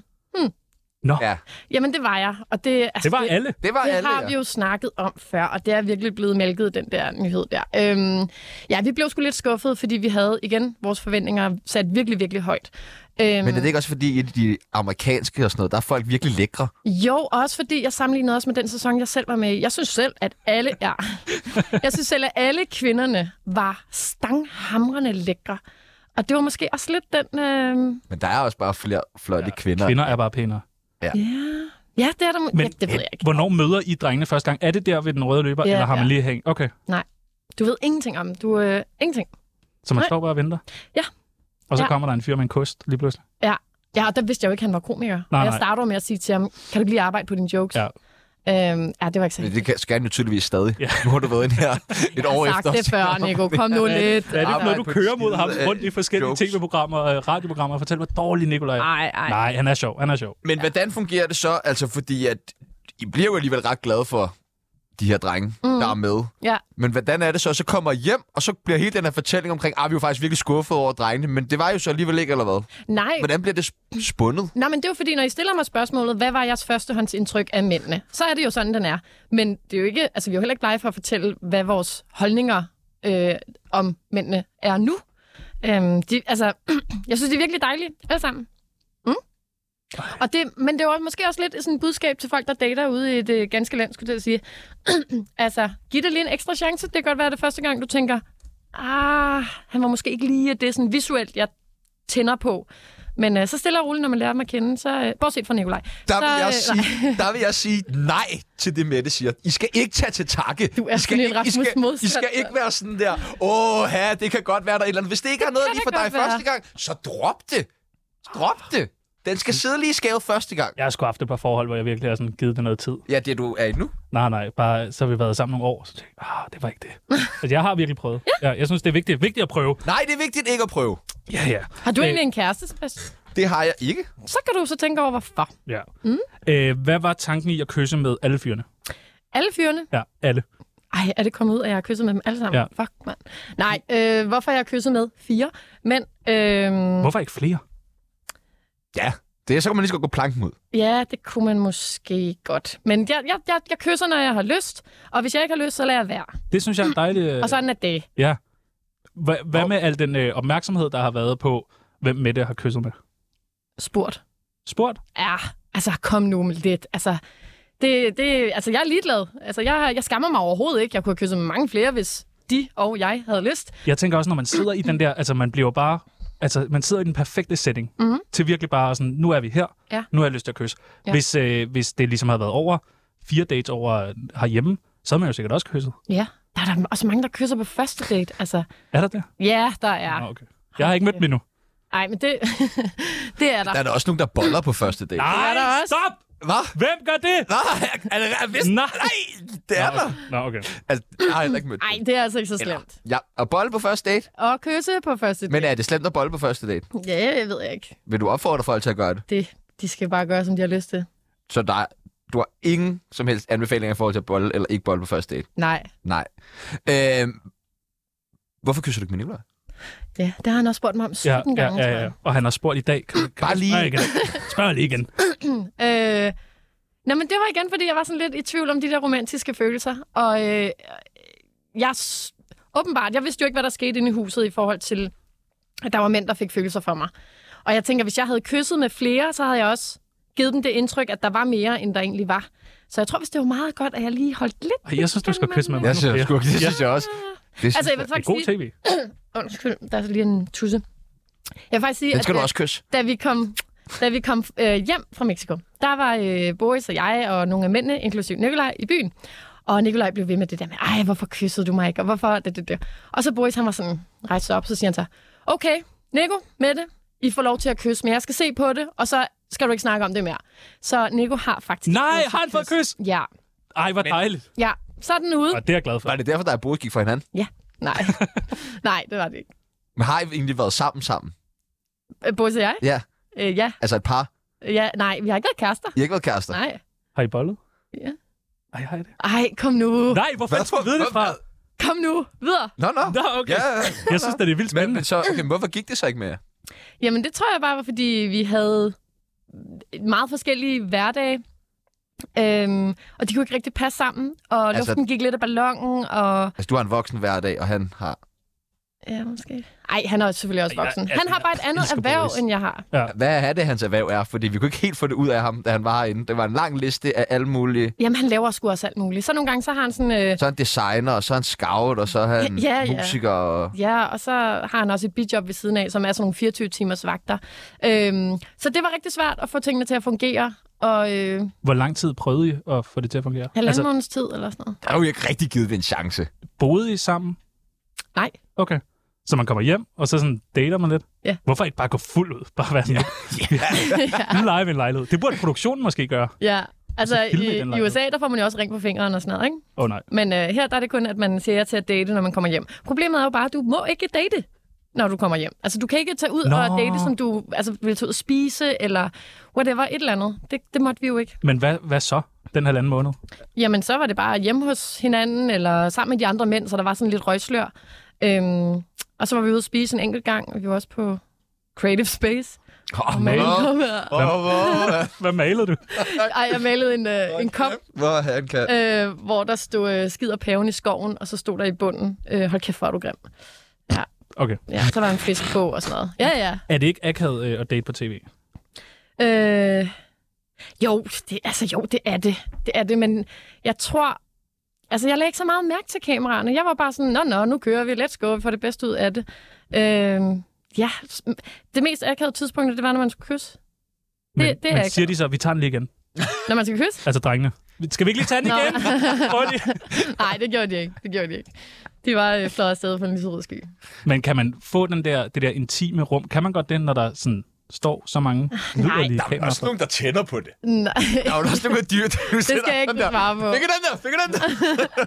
Nå,
Ja.
ja.
Jamen, det var jeg. Og det, altså,
det var alle.
Det var
Det
alle,
har vi jo snakket om før, og det er virkelig blevet mælket, den der nyhed der. Øhm, ja, vi blev sgu lidt skuffet, fordi vi havde, igen, vores forventninger sat virkelig, virkelig højt. Øhm,
Men er det ikke også fordi, i de amerikanske og sådan noget, der er folk virkelig lækre?
Jo, også fordi jeg sammenlignede også med den sæson, jeg selv var med i. Jeg synes selv, at alle, ja. jeg synes selv, at alle kvinderne var stanghamrende lækre. Og det var måske også lidt den... Øh...
Men der er også bare flere flotte ja, kvinder.
Kvinder er bare pænere.
Ja. ja, det er der... Men,
Men
ja, det ved jeg ikke.
Hvornår møder I drengene første gang? Er det der ved den røde løber,
Ja,
ja, eller har man
ja.
lige hængt? Okay,
Du ved ingenting om. Du øh, ingenting.
så man
Nej.
står bare og venter?
Ja.
Og så
Ja.
kommer der en fyr med en kost lige pludselig?
Ja, og der vidste jeg jo ikke, at han var komiker.
Nej,
Nej, jeg
nej.
starter jo med at sige til ham, kan du lige arbejde på dine jokes?
Ja.
Øhm, ja, det var ikke så
Men det kan- skal han jo tydeligvis stadig. Ja. Nu har du været inde her et år
Jeg har
efter.
sagt det før, Nico. Kom nu lidt.
Hvad er det for noget,
Arbejde
du
på
kører
de
mod ham
skide, øh,
rundt i forskellige
jokes.
tv-programmer og radioprogrammer og fortæller, hvor dårlig Nikolaj er?
Ej, ej.
Nej, han er sjov, han er sjov.
Men hvordan fungerer det så? Altså, fordi at I bliver jo alligevel ret glade for de her drenge, mm. der er med.
Ja.
Men hvordan er det så? Så kommer I hjem, og så bliver hele den her fortælling omkring, at vi var faktisk virkelig skuffede over drengene, men det var jo så alligevel ikke, eller hvad?
Nej.
Hvordan bliver det sp- spundet?
Nå, men det er jo fordi, når I stiller mig spørgsmålet, hvad var jeres førstehåndsindtryk af mændene? Så er det jo sådan, den er. Men det er jo ikke, altså, vi er jo heller ikke blege for at fortælle, hvad vores holdninger øh, om mændene er nu. Øhm, de, altså, jeg synes, de er virkelig dejlige, alle sammen. Og det, men det var måske også lidt sådan et budskab til folk, der dater ude i det ganske land, skulle jeg til at sige. altså, giv det lige en ekstra chance. Det kan godt være, at det er første gang, du tænker, ah, han var måske ikke lige, at det er sådan visuelt, jeg tænder på. Men øh, så stille og roligt, når man lærer dem at kende, så... Øh, bortset fra Nikolaj.
Der
så,
vil, jeg
øh, nej,
sige, der vil jeg sige nej til det, Mette siger. I skal ikke tage til takke.
Du er
I skal,
sådan en
ikke, I
Rasmus
skal, I
Modsat,
skal
mand.
ikke være sådan der, åh, ja, det kan godt være der er et eller andet. Hvis det ikke er noget
kan
lige for
det
dig
godt være.
første gang, så drop det. Drop det. Den skal sidde lige i skævet første gang.
Jeg har sgu haft et par forhold, hvor jeg virkelig har sådan givet det noget tid.
Ja, det du er i nu.
Nej, nej, bare så har vi været sammen nogle år, så tænkte jeg, ah, det var ikke det. altså, jeg har virkelig prøvet. Ja. Jeg, jeg synes, det er vigtigt, vigtigt at prøve.
Nej, det er vigtigt ikke at prøve.
Ja, ja.
har du
Øh,
egentlig en kæreste, Sebastian?
Det har jeg ikke.
Så kan du så tænke over, hvorfor.
ja. Mm. Øh, hvad var tanken i at kysse med alle fyrene?
Alle fyrene
Ja, alle.
Mm. Ej, er det kommet ud, at jeg har kysset med dem alle sammen?
Ja.
Ja. Fuck, mand. Nej, øh, hvorfor jeg har kysset med fire mænd? Øh,
Hvorfor ikke flere?
Ja, det, er- så kan man lige så godt gå planken ud.
ja, det kunne man måske godt. Men jeg, jeg, jeg, jeg kysser, når jeg har lyst, og hvis jeg ikke har lyst, så lader jeg være.
Det synes jeg er dejligt. øh,
Og sådan er det.
Ja. Hva, hvad med al den øh, opmærksomhed, der har været på, hvem Mette har kysset med?
Spurgt.
Spurgt?
Ja, altså kom nu med lidt. Altså, det, det, altså jeg er ligeglad. Altså, jeg, jeg skammer mig overhovedet ikke. Jeg kunne have kysset med mange flere, hvis de og jeg havde lyst.
Jeg tænker også, når man sidder i den der, altså man bliver bare, altså man sidder i den perfekte setting, mm-hmm. til virkelig bare sådan, nu er vi her,
Ja.
nu har jeg lyst til at kysse. Ja.
Ja.
Hvis, øh, hvis det ligesom havde været over fire dates over øh, herhjemme, så havde man jo sikkert også kysset.
Ja, der er der også mange, der kysser på første date. Altså,
Er der det?
ja, der er.
Nå, okay. Jeg har ikke mødt dem endnu.
Ej, men det, det er der.
Der er der også nogen, der boller på første date.
Nej,
der også.
stop!
Hvad?
Hvem gør det?
Nej, er det er vist?
Nej.
Nej, det er der.
Nå, okay.
Altså, jeg har heller ikke mødt
Nej,
dem.
det er altså ikke så slemt.
Ja, og bolle på første date.
Og kysse på første
Men øh-
date.
er det slemt at bolle på første date?
Ja, jeg ved ikke.
Vil du opfordre folk til at gøre det?
Det, de skal bare gøre, som de har lyst til.
Så der er, du har ingen som helst anbefalinger i forhold til at bolle eller ikke bolle på første date?
Nej,
Nej. Øhm, hvorfor kysser du ikke med Nicolaj?
ja, det har han også spurgt mig om 17
Ja, ja,
gange,
ja, ja. Og han har spurgt i dag. Kan, kan
Bare
jeg
lige.
spørge igen? Spørg lige igen.
tror jeg. Øh, nej, men det var igen, fordi jeg var sådan lidt i tvivl om de der romantiske følelser. Og øh, jeg... s- Åbenbart, jeg vidste jo ikke, hvad der skete inde i huset i forhold til, at der var mænd, der fik følelser for mig. Og jeg tænker, hvis jeg havde kysset med flere, så havde jeg også givet dem det indtryk, at der var mere, end der egentlig var. Så jeg tror, hvis det var meget godt, at jeg lige holdt lidt
Ej, Jeg synes, du skal kysse med mig.
Jeg synes, jeg, det synes jeg også. Det synes
Altså,
jeg,
jeg vil
Det
faktisk
er god
sige...
tv.
Undskyld, der er lige en tusse. Jeg vil faktisk sige,
den skal
at
du
da-
også kysse.
da vi kom, da vi kom øh, hjem fra Mexico, der var øh, Boris og jeg og nogle af mændene, inklusiv Nikolaj, i byen. Og Nikolaj blev ved med det der med, ej, hvorfor kyssede du mig ikke, og hvorfor det, det, det. Og så Boris, han var sådan, rejste sig op, så siger han så, okay, Nico, Mette, I får lov til at kysse, men jeg skal se på det, og så skal du ikke snakke om det mere. Så Nico har faktisk...
Nej,
fået sit
har han fået kys?
Ja,
Ej, hvor dejligt.
ja. Sådan ude.
Og det er jeg glad for.
Var det derfor, der er bodet gik fra hinanden?
Ja, nej. nej, det var det ikke.
Men har I egentlig været sammen sammen?
Øh, Boris og jeg?
Ja,
Øh, ja,
altså et par.
ja, nej, vi har ikke været kærester.
I har ikke været kærester?
Nej.
Har I bollet?
Ja.
Ej, har I det?
Ej, kom nu.
Nej, hvor fanden skulle jeg vide det fra?
Kom nu. Videre.
Nå, nå.
Nå, okay.
Ja, ja.
Jeg synes, det er vildt
Men,
spændende.
men så, okay, men hvorfor gik det så ikke mere?
Jamen, det tror jeg bare var, fordi vi havde meget forskellige hverdage. Øhm, og de kunne ikke rigtig passe sammen. Og
Altså-
altså, luften gik lidt af ballonen, og...
Altså, du har en voksen hver dag, og han har...
Ja, måske. Ej, han er selvfølgelig også
Ej, jeg-
voksen.
altså,
Han har bare et andet
elsker
erhverv,
Boris.
end jeg har.
Hvad er det, hans erhverv er? Fordi vi kunne ikke helt få det ud af ham, da han var herinde. Det var en lang liste af alle mulige...
Jamen, han laver sgu også alt muligt. Så nogle gange, så har han sådan... Øh,
Så er han designer, og så er han scout, og så er han
Ja, ja.
musiker. Og...
Ja, og så har han også et bidjob ved siden af, som er sådan nogle 24 timers vagter. Øhm, så det var rigtig svært at få tingene til at fungere, og øh,
Hvor lang tid prøvede I at få det til at fungere?
halvanden altså,
Altså,
måneds tid eller sådan noget.
Der er jo ikke rigtig givet det en chance.
boede I sammen?
Nej.
Okay. Så man kommer hjem, og så sådan dater man lidt?
Ja.
Hvorfor ikke bare gå fuld ud? Bare være sådan, ja. nu leger vi en lejlighed. Det burde produktionen måske gøre.
Ja, altså
Så
i,
filmer I den
i
lejlighed.
USA, der får man jo også ring på fingeren og sådan noget, ikke?
Åh oh, nej.
Men øh, her der er det kun, at man siger ja til at date, når man kommer hjem. Problemet er jo bare, at du må ikke date, når du kommer hjem. Altså, du kan ikke tage ud
Nå.
Nå. og date, som du altså, vil tage ud og spise, eller whatever, et eller andet. Det, det måtte vi jo ikke.
Men hvad, hvad så den halvanden måned?
Jamen, så var det bare hjemme hos hinanden, eller sammen med de andre mænd, så der var sådan lidt røgslør. Øhm, og så var vi ude at spise en enkelt gang, og vi var også på Creative Space.
Åh,
Malet.
hvor-
Åh.
hvor- hvor-
Hvad malede du?
Ej, jeg malede en, øh, en kop,
Hvor han kan...
øh, hvor der stod øh, skider paven i skoven, og så stod der i bunden, øh, hold kæft, hvor er du grim.
Okay.
Ja, så var der en fisk på og sådan noget. Ja, ja.
Er det ikke akavet øh, at date på tv?
Øh, jo, det, altså, jo, det er det. Det er det, men jeg tror... Altså, jeg lagde ikke så meget mærke til kameraerne. Jeg var bare sådan, nå, nå, nu kører vi. Let's go. Vi får det bedste ud af det. Øh, ja, det mest akavede tidspunkt, det var, når man skulle kysse.
Men,
det er
men
ikke-
siger de så, at vi tager den lige igen?
Når man skal kysse?
Altså drengene. Skal vi ikke lige tage den
Nå.
igen? Prøv lige.
Nej, det gjorde de ikke. Det gjorde de ikke. De var øh, fløjet afsted på en lyserød sky.
Men kan man få den der, det der intime rum? Kan man godt det, når der sådan står så mange lyderlige
Der er
kameraer?
også
på?
nogen, der tænder på det.
Nej,
Der er jo også nogen, der dyr, der
det skal jeg ikke svare på.
Fik den der, fik den der.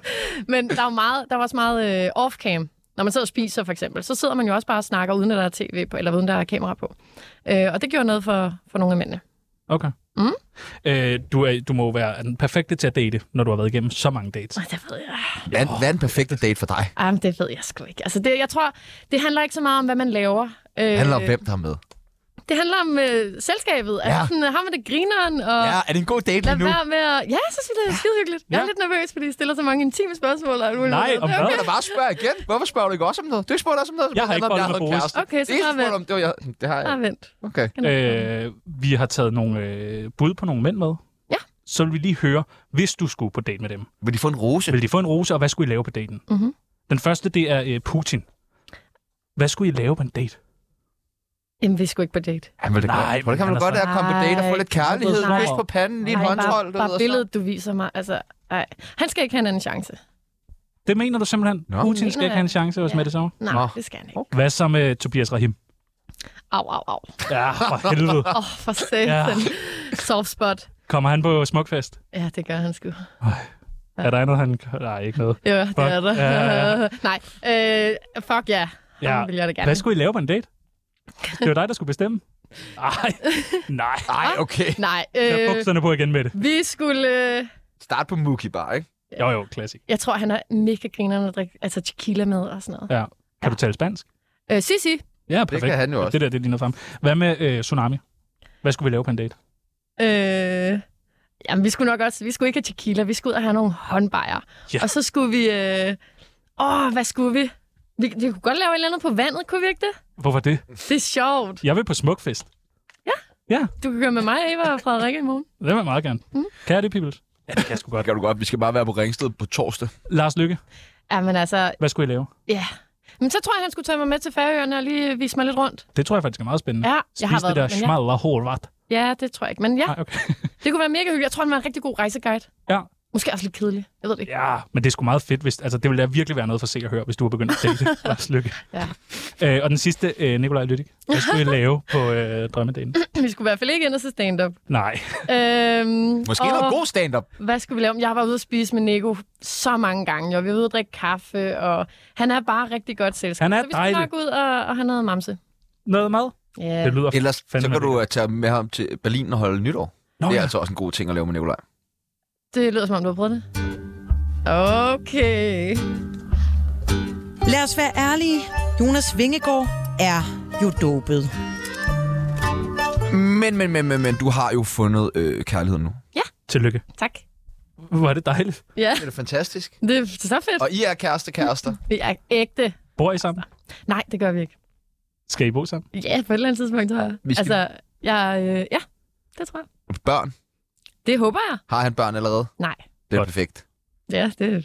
Men der var, meget, der var også meget øh, off-cam. Når man sidder og spiser, for eksempel, så sidder man jo også bare og snakker, uden at der er tv på, eller uden der er kamera på. Øh, og det gjorde noget for, for nogle af mændene.
Okay.
Mm.
Øh, du, er, du må jo være den perfekte til at date, når du har været igennem så mange dates.
Og det ved jeg.
Hvad, hvad er en perfekt date for dig?
Ej, men det ved jeg sgu ikke. Altså, det, jeg tror, det handler ikke så meget om, hvad man laver. Øh,
Det handler om, hvem der er med.
Det handler om øh, selskabet. Ja.
Ja.
Altså, sådan, øh, har man det grineren, og...
Ja, er det en god date
Lad
lige nu?
være med at... Ja, så synes jeg, det er skide hyggeligt. Jeg er
Ja.
lidt nervøs, fordi I stiller så mange intime spørgsmål. Og alt muligt.
Nej,
andet.
om
Det er
hvad?
Jeg da bare spørge igen. Hvorfor spørger du ikke også om noget? Du har ikke spurgt også om noget.
Jeg har ikke
Eller om
bollet
havde en
med Boris.
kæreste.
Okay, så
det eneste,
bare
du spurgte om, det var jeg. Det har jeg.
Ah, vent.
ikke. Okay.
Øh, vi har taget nogle øh, bud på nogle mænd med.
Ja.
Så vil vi lige høre, hvis du skulle på date med dem.
Vil de få en rose?
Vil de få en rose, og hvad skulle I lave på daten?
Mhm.
Den første, det er øh, Putin. Hvad skulle I lave på en date?
Jamen, vi skulle ikke på date.
Han vil det
Nej,
godt. Hvordan kan
men
man
han er
godt
så-
at komme på date og få lidt
Ej,
kærlighed?
hvorfor?
Kys på panden, lige en
Ej,
håndhold.
Bare,
du ved,
bare
og så-
billedet, du viser mig. Altså, ej. Han skal ikke have en anden chance.
Det mener du simpelthen?
Nå.
Putin skal
Mener
ikke have en
jeg.
chance hos
Ja.
ja. Mette Sommer?
Nej,
Nå.
det skal han ikke.
Okay. Hvad så med Tobias Rahim?
Au, au, au.
Ja, for helvede.
Åh, oh, for satan. Soft spot.
Kommer han på smukfest?
Ja, det gør han sgu.
Ja. Er der andet, han... Nej, ikke noget.
Ja, det
Fuck.
er der.
Ja, ja,
Nej, øh, fuck ja.
Ja.
Ja. vil jeg da gerne.
Hvad skulle I lave på en date? Det var dig, der skulle bestemme. Nej, nej.
Ej, okay.
Nej,
Tag
øh,
bukserne på igen med det.
vi skulle... Øh,
Start på Mookie bare, ikke?
Jo, jo, klassik.
jeg tror, han er mega grineren at drikke altså tequila med og sådan noget.
Ja. Kan du tale spansk?
Øh, Sissi,
Ja,
Det
perfekt.
kan han jo også.
Det der, det ligner frem. Hvad med øh, Tsunami? Hvad skulle vi lave på en date?
Øh, jamen, vi skulle nok også... Vi skulle ikke have tequila. Vi skulle ud og have nogle håndbejer.
Ja.
Ja. Og så skulle vi... Øh, åh, hvad skulle vi? vi? Vi kunne godt lave et eller andet på vandet, kunne vi ikke det?
Hvorfor det?
Det er sjovt.
Jeg vil på smukfest.
Du kan køre med mig, Eva og Frederik i morgen.
Det vil jeg meget gerne. Mm. Kan jeg det, Pibels? Ja, det kan jeg sgu
Det
godt.
kan du godt. Vi skal bare være på Ringsted på torsdag.
Lars Lykke,
Jamen altså,
hvad skulle I lave?
ja. Men så tror jeg, han skulle tage mig med til Færøerne og lige vise mig lidt rundt.
Det tror jeg faktisk er meget spændende.
Ja, jeg
Spis
har været
det der
der, men ja.
smadre hårvat.
Ja, det tror jeg ikke. Men ja,
Nej, okay.
det kunne være mega hyggeligt. Jeg tror, han var en rigtig god rejseguide.
Ja.
Måske også lidt kedelig. Jeg ved det ikke.
Ja, men det er sgu meget fedt. Hvis, altså, det ville da virkelig være noget for se og høre, hvis du var begyndt at date. Lars Lykke.
Ja.
Øh, og den sidste, øh, Nikolaj Lyttik. Hvad skulle I lave på øh, drømmedagen?
Vi skulle i hvert fald ikke ind og se stand-up.
Nej.
øhm,
Måske
og-
noget god stand-up.
hvad skulle vi lave? Jeg var ude at spise med Nico så mange gange, og vi var ude at drikke kaffe, og han er bare rigtig godt selskab.
Han er
så vi skulle
dejlig.
nok ud og, og have noget mamse.
Noget mad?
Ja,
Det lyder
Ellers så
fandme
kan du
lækkert.
øh, tage med ham til Berlin og holde nytår.
Nå,
Det er
ja.
altså også en god ting at lave med Nikolaj.
det lyder som om, du har prøvet det. Okay.
Lad os være ærlige. Jonas Vingegaard er jo dopet.
Men, men, men, men, men du har jo fundet øh, kærligheden nu.
Tillykke.
Tak.
Hvor er det dejligt.
Ja,
Det er da fantastisk.
det er så fedt.
Og I er kæreste, kærester.
Vi er ægte.
Bor I sammen?
Nej, det gør vi ikke.
Skal I bo sammen?
Ja, på et eller andet tidspunkt,
Ah,
tror jeg.
Vi skal-
Altså, jeg, øh, ja, det tror jeg.
Børn.
Det håber jeg.
Har han børn allerede?
Nej.
Det er
Godt.
perfekt.
Ja, det er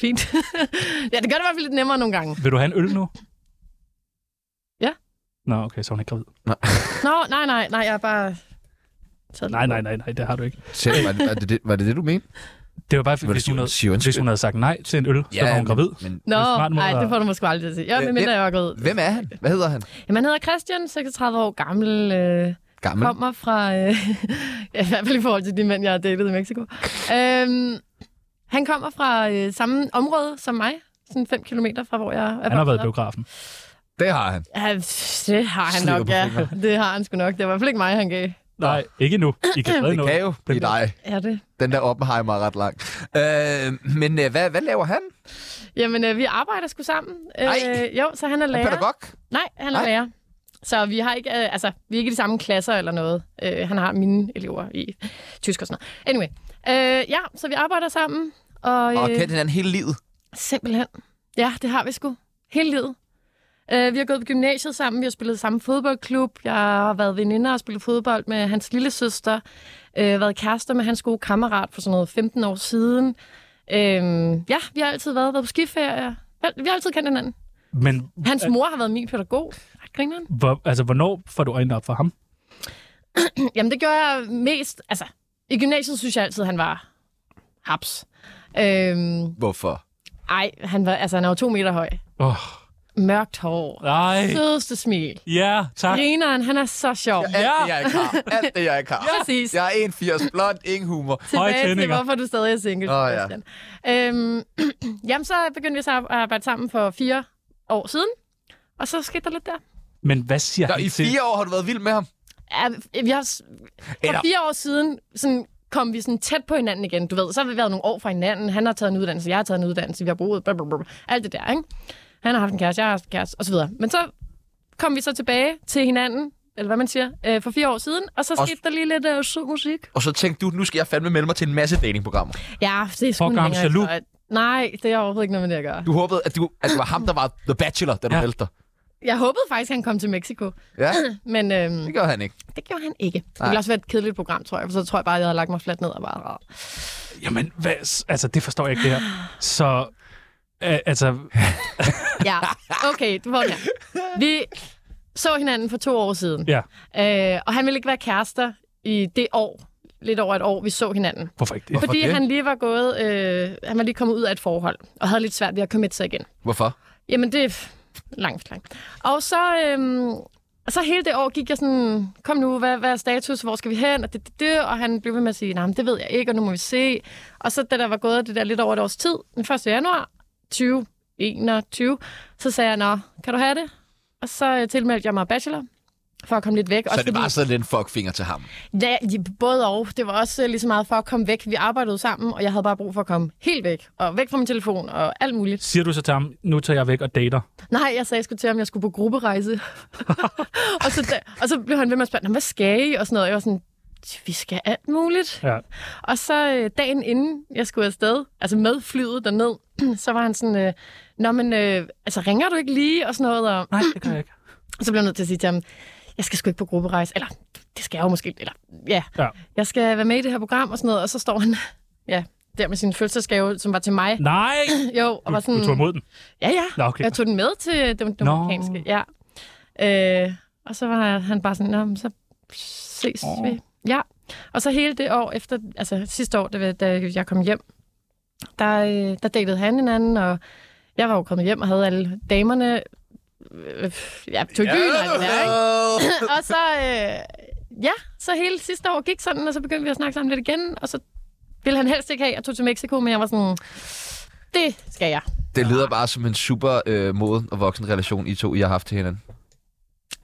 fint. ja, det gør det i hvert fald lidt nemmere nogle gange.
Vil du have en øl nu?
Ja.
Nå, okay, så er hun ikke gravid.
Nå, nej, nej, nej, jeg er bare... taget lidt
Nej, nej, nej, nej, det har du ikke.
Selv, var, det, var, det, det- var det det, du mente?
Det var bare,
Vil du
hvis
sige-
hun, havde,
sige undskyld?
hvis hun havde sagt nej til en øl, så var hun gravid.
Men,
Nå,
Det er en smart måde
nej,
at-
det får du måske aldrig til at sige. Ja,
Hvem-
men mindre jeg var gået.
men, hvem er han? Hvad hedder han?
Jamen, han hedder Christian, 36 år gammel, øh,
Gammel?
kommer fra, øh, ja, i hvert fald i forhold til de mænd, jeg har datet i Mexico. Øhm, han kommer fra øh, samme område som mig, sådan 5 km fra, hvor jeg er
Han har været
vokset
i
op.
biografen.
Det har han.
Ja, pff, det har han
Sliber
nok,
på
ja.
fingre.
Det har han sgu nok. Det var i hvert fald ikke mig, han gav.
Nej, ikke nu. I kan stadig
Det
nå.
kan jo blive dig.
Er det?
Den der Oppenheimer er ret lang. Øh, men øh, hvad, hvad laver han?
Jamen, øh, vi arbejder sgu sammen. Øh,
Ej.
jo, så han er
Han er
lærer.
pædagog?
Nej, han er
Nej.
lærer. Så vi har ikke, øh, altså, vi er ikke i de samme klasser eller noget. Øh, han har mine elever i tysk og sådan noget. Anyway, øh, ja, så vi arbejder sammen. Og,
Og har
øh,
kendt hinanden hele livet.
Simpelthen. Ja, det har vi sgu. Hele livet. Øh, vi har gået på gymnasiet sammen, vi har spillet i samme fodboldklub, jeg har været veninder og spillet fodbold med hans lille søster, øh, været kærester med hans gode kammerat for sådan noget 15 år siden. Øh, ja, vi har altid været, været på skiferie. Vi har altid kendt hinanden.
Men
Hans mor har været min pædagog. Ret Grineren.
hvor, altså, hvornår får du øjnene op for ham?
Jamen, det gjorde jeg mest... Altså, i gymnasiet synes jeg altid, han var haps. Øhm,
Hvorfor?
ej, han var, altså, han er jo to meter høj.
Åh, oh,
Mørkt hår.
nej.
Sødeste smil.
Ja, tak.
Grineren, han er så sjov.
Ja.
Alt det, jeg ikke har. Alt det, jeg ikke har.
Præcis.
Jeg er 81, blond, ingen humor.
Høje
Tilbage til,
tændinger.
hvorfor du stadig er single,
Åh,
oh,
ja.
ja. øhm, Jamen, så begyndte vi så at arbejde sammen for fire år siden. Og så skete der lidt der.
Men hvad siger
Nå,
han
I
til?
fire år har du været vild med ham.
Ja, vi har, s-
Eller-
for fire år siden sådan, kom vi sådan tæt på hinanden igen. Du ved, så har vi været nogle år fra hinanden. Han har taget en uddannelse, jeg har taget en uddannelse, vi har boet, blablabla, alt det der. Ikke? Han har haft en kæreste, jeg har haft en kæreste, osv. Men så kom vi så tilbage til hinanden, eller hvad man siger, øh, for fire år siden, og så
Og-
skete der lige lidt øh, sød musik.
Og så tænkte du, nu skal jeg fandme melde mig til en masse datingprogrammer.
Ja, det er sgu en
Fuck, er han
længere
jaloux?
historie. Nej, det har overhovedet ikke noget med det at gøre.
Du håbede, at, du, at det var ham, der var The Bachelor, da du ja.
Ja.
meldte dig.
Jeg håbede faktisk, han kom til Mexico,
Ja,
men øhm,
det gør han ikke.
det gjorde han ikke. Det
Nej.
ville også være et kedeligt program, tror jeg, for så tror jeg bare, at jeg havde lagt mig fladt ned og bare...
Jamen, hvad, s- altså, det forstår jeg ikke, det her. Så, øh, altså,
Ja, okay, du får den her. Vi så hinanden for to år siden,
ja,
øh, og han ville ikke være kærester i det år, lidt over et år, vi så hinanden.
hvorfor ikke det?
Fordi
det?
han lige var gået, øh, han var lige kommet ud af et forhold, og havde lidt svært ved at komme sig igen.
Hvorfor?
Jamen, det er langt forklaring. Og så, øhm, og så hele det år gik jeg sådan, kom nu, hvad, hvad er status, hvor skal vi hen, og det, det, det, og han blev ved med at sige, nej, men det ved jeg ikke, og nu må vi se. Og så da der var gået det der lidt over et års tid, den 1. januar 2021, så sagde jeg, nå, kan du have det? Og så øh, tilmeldte jeg mig bachelor, for at komme lidt væk.
Så det var sådan lidt en fuckfinger til ham.
Ja, i- både og. Det var også øh, lige så meget for at komme væk. Vi arbejdede sammen, og jeg havde bare brug for at komme helt væk. Og væk fra min telefon og alt muligt.
Siger du så til ham, nu tager jeg væk og dater?
Nej, jeg sagde sgu til ham, jeg skulle på grupperejse. og, så da, og så blev han ved med at spørge, "Nå, hvad skal I? Og sådan noget. Jeg var sådan, vi skal alt muligt.
Ja.
Og så øh, dagen inden jeg skulle afsted, altså med flyet derned, så var han sådan, øh, Nå, men øh, altså, ringer du ikke lige? Og sådan noget. Og,
Nej, det gør jeg ikke.
og så blev jeg nødt til at sige til ham, jeg skal sgu ikke på grupperejse. Eller, det skal jeg jo måske. Eller, ja.
Ja.
Jeg skal være med i det her program og sådan noget. Og så står han, ja, der med sin fødselsdagsgave, som var til mig.
Nej!
Jo, og var
Du,
sådan...
du tog imod den.
Ja, ja.
Nå, okay.
Jeg tog den med til den
Nå.
amerikanske. Ja. Øh, og så var han bare sådan, Nå, men så ses oh. vi. Ja. Og så hele det år efter, altså sidste år, da, da jeg kom hjem, der, øh, der datede han en anden, og jeg var jo kommet hjem og havde alle damerne. Øh, ja, tog ja, og, det der, ikke? og så, øh, ja, så hele sidste år gik sådan, og så begyndte vi at snakke sammen lidt igen, og så ville han helst ikke have, at jeg tog til Mexico, men jeg var sådan, det skal jeg.
Det lyder bare som en super øh, moden og voksen relation, I to I har haft til hinanden.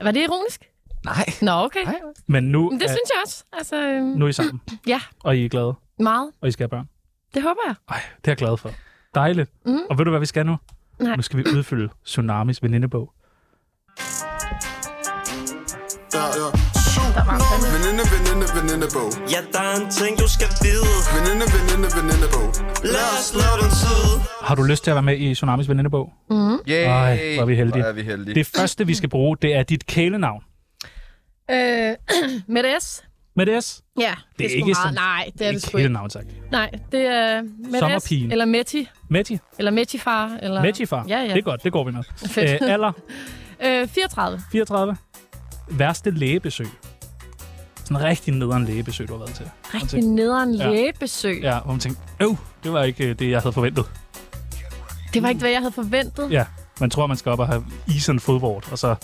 Var det ironisk?
Nej.
Nå, okay.
Nej.
Men nu,
Men det
er,
synes jeg også. Altså, øhm,
nu er I sammen,
ja,
og I er glade,
meget.
og I skal have børn.
Det håber jeg.
Ej, det er jeg glad for. Dejligt.
Mhm.
Og ved du, hvad vi skal nu?
Nej.
Nu skal vi udfylde Tsunamis venindebog.
Der er Veninde, veninde, venindebog.
Ja, der er en ting, du skal vide
Veninde, veninde, venindebog.
Lad os slå den tid
Har du lyst til at være med i Tsunamis venindebog?
Yay.
Ej, hvor er vi heldige.
Hvor er vi heldige.
Det første, vi skal bruge, det er dit kælenavn.
Øh, med det S?
Med det S?
Ja, det,
Det er
sgu
ikke
meget.
sådan-
Nej, det er det
Dit
sgu ikke.
kælenavn, tak.
Nej, det er med det S.
Sommerpigen.
Eller Metti.
Meti?
Eller Metti-far. Eller...
Meti-far?
Ja, ja.
Det er godt, det går vi med.
Fedt.
Æ, alder?
Øh, 34.
34. Værste lægebesøg. Sådan en rigtig nederen lægebesøg, du har været til.
Rigtig nederen
Ja.
lægebesøg. Ja.
Ja, hvor man tænkte, øv, det var ikke øh, det, jeg havde forventet.
Det var ikke, hvad jeg havde forventet.
Ja, man tror, man skal op og have is og en fodvort, og så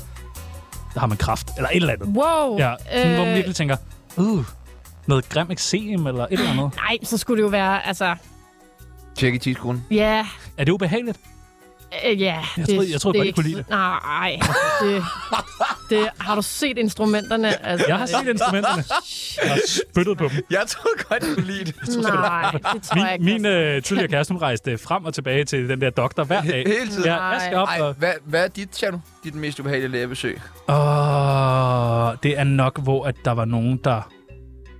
har man kraft, eller et eller andet.
Wow.
Ja, sådan, øh... hvor man virkelig tænker, uh, noget grim eksem, eller et eller andet.
Nej, så skulle det jo være, altså...
Tjek i tidskolen.
Ja,
Er det ubehageligt?
øh, ja.
Jeg troede- jeg
det
troede godt,
er
I kunne lide
ikke- Nej, det, det, har du set instrumenterne? Altså,
Jeg har set instrumenterne. Jeg har spyttet på dem.
Jeg tror godt, du kunne lide det.
Nej, det tror jeg ikke.
Min, min øh, tidligere kæreste, hun rejste frem og tilbage til den der doktor hver dag.
Hele tiden.
Ja, jeg skal op
Ej,
og...
hvad, hvad er dit, Tjerno? Dit mest ubehagelige lægebesøg?
Åh, det er nok, hvor at der var nogen, der...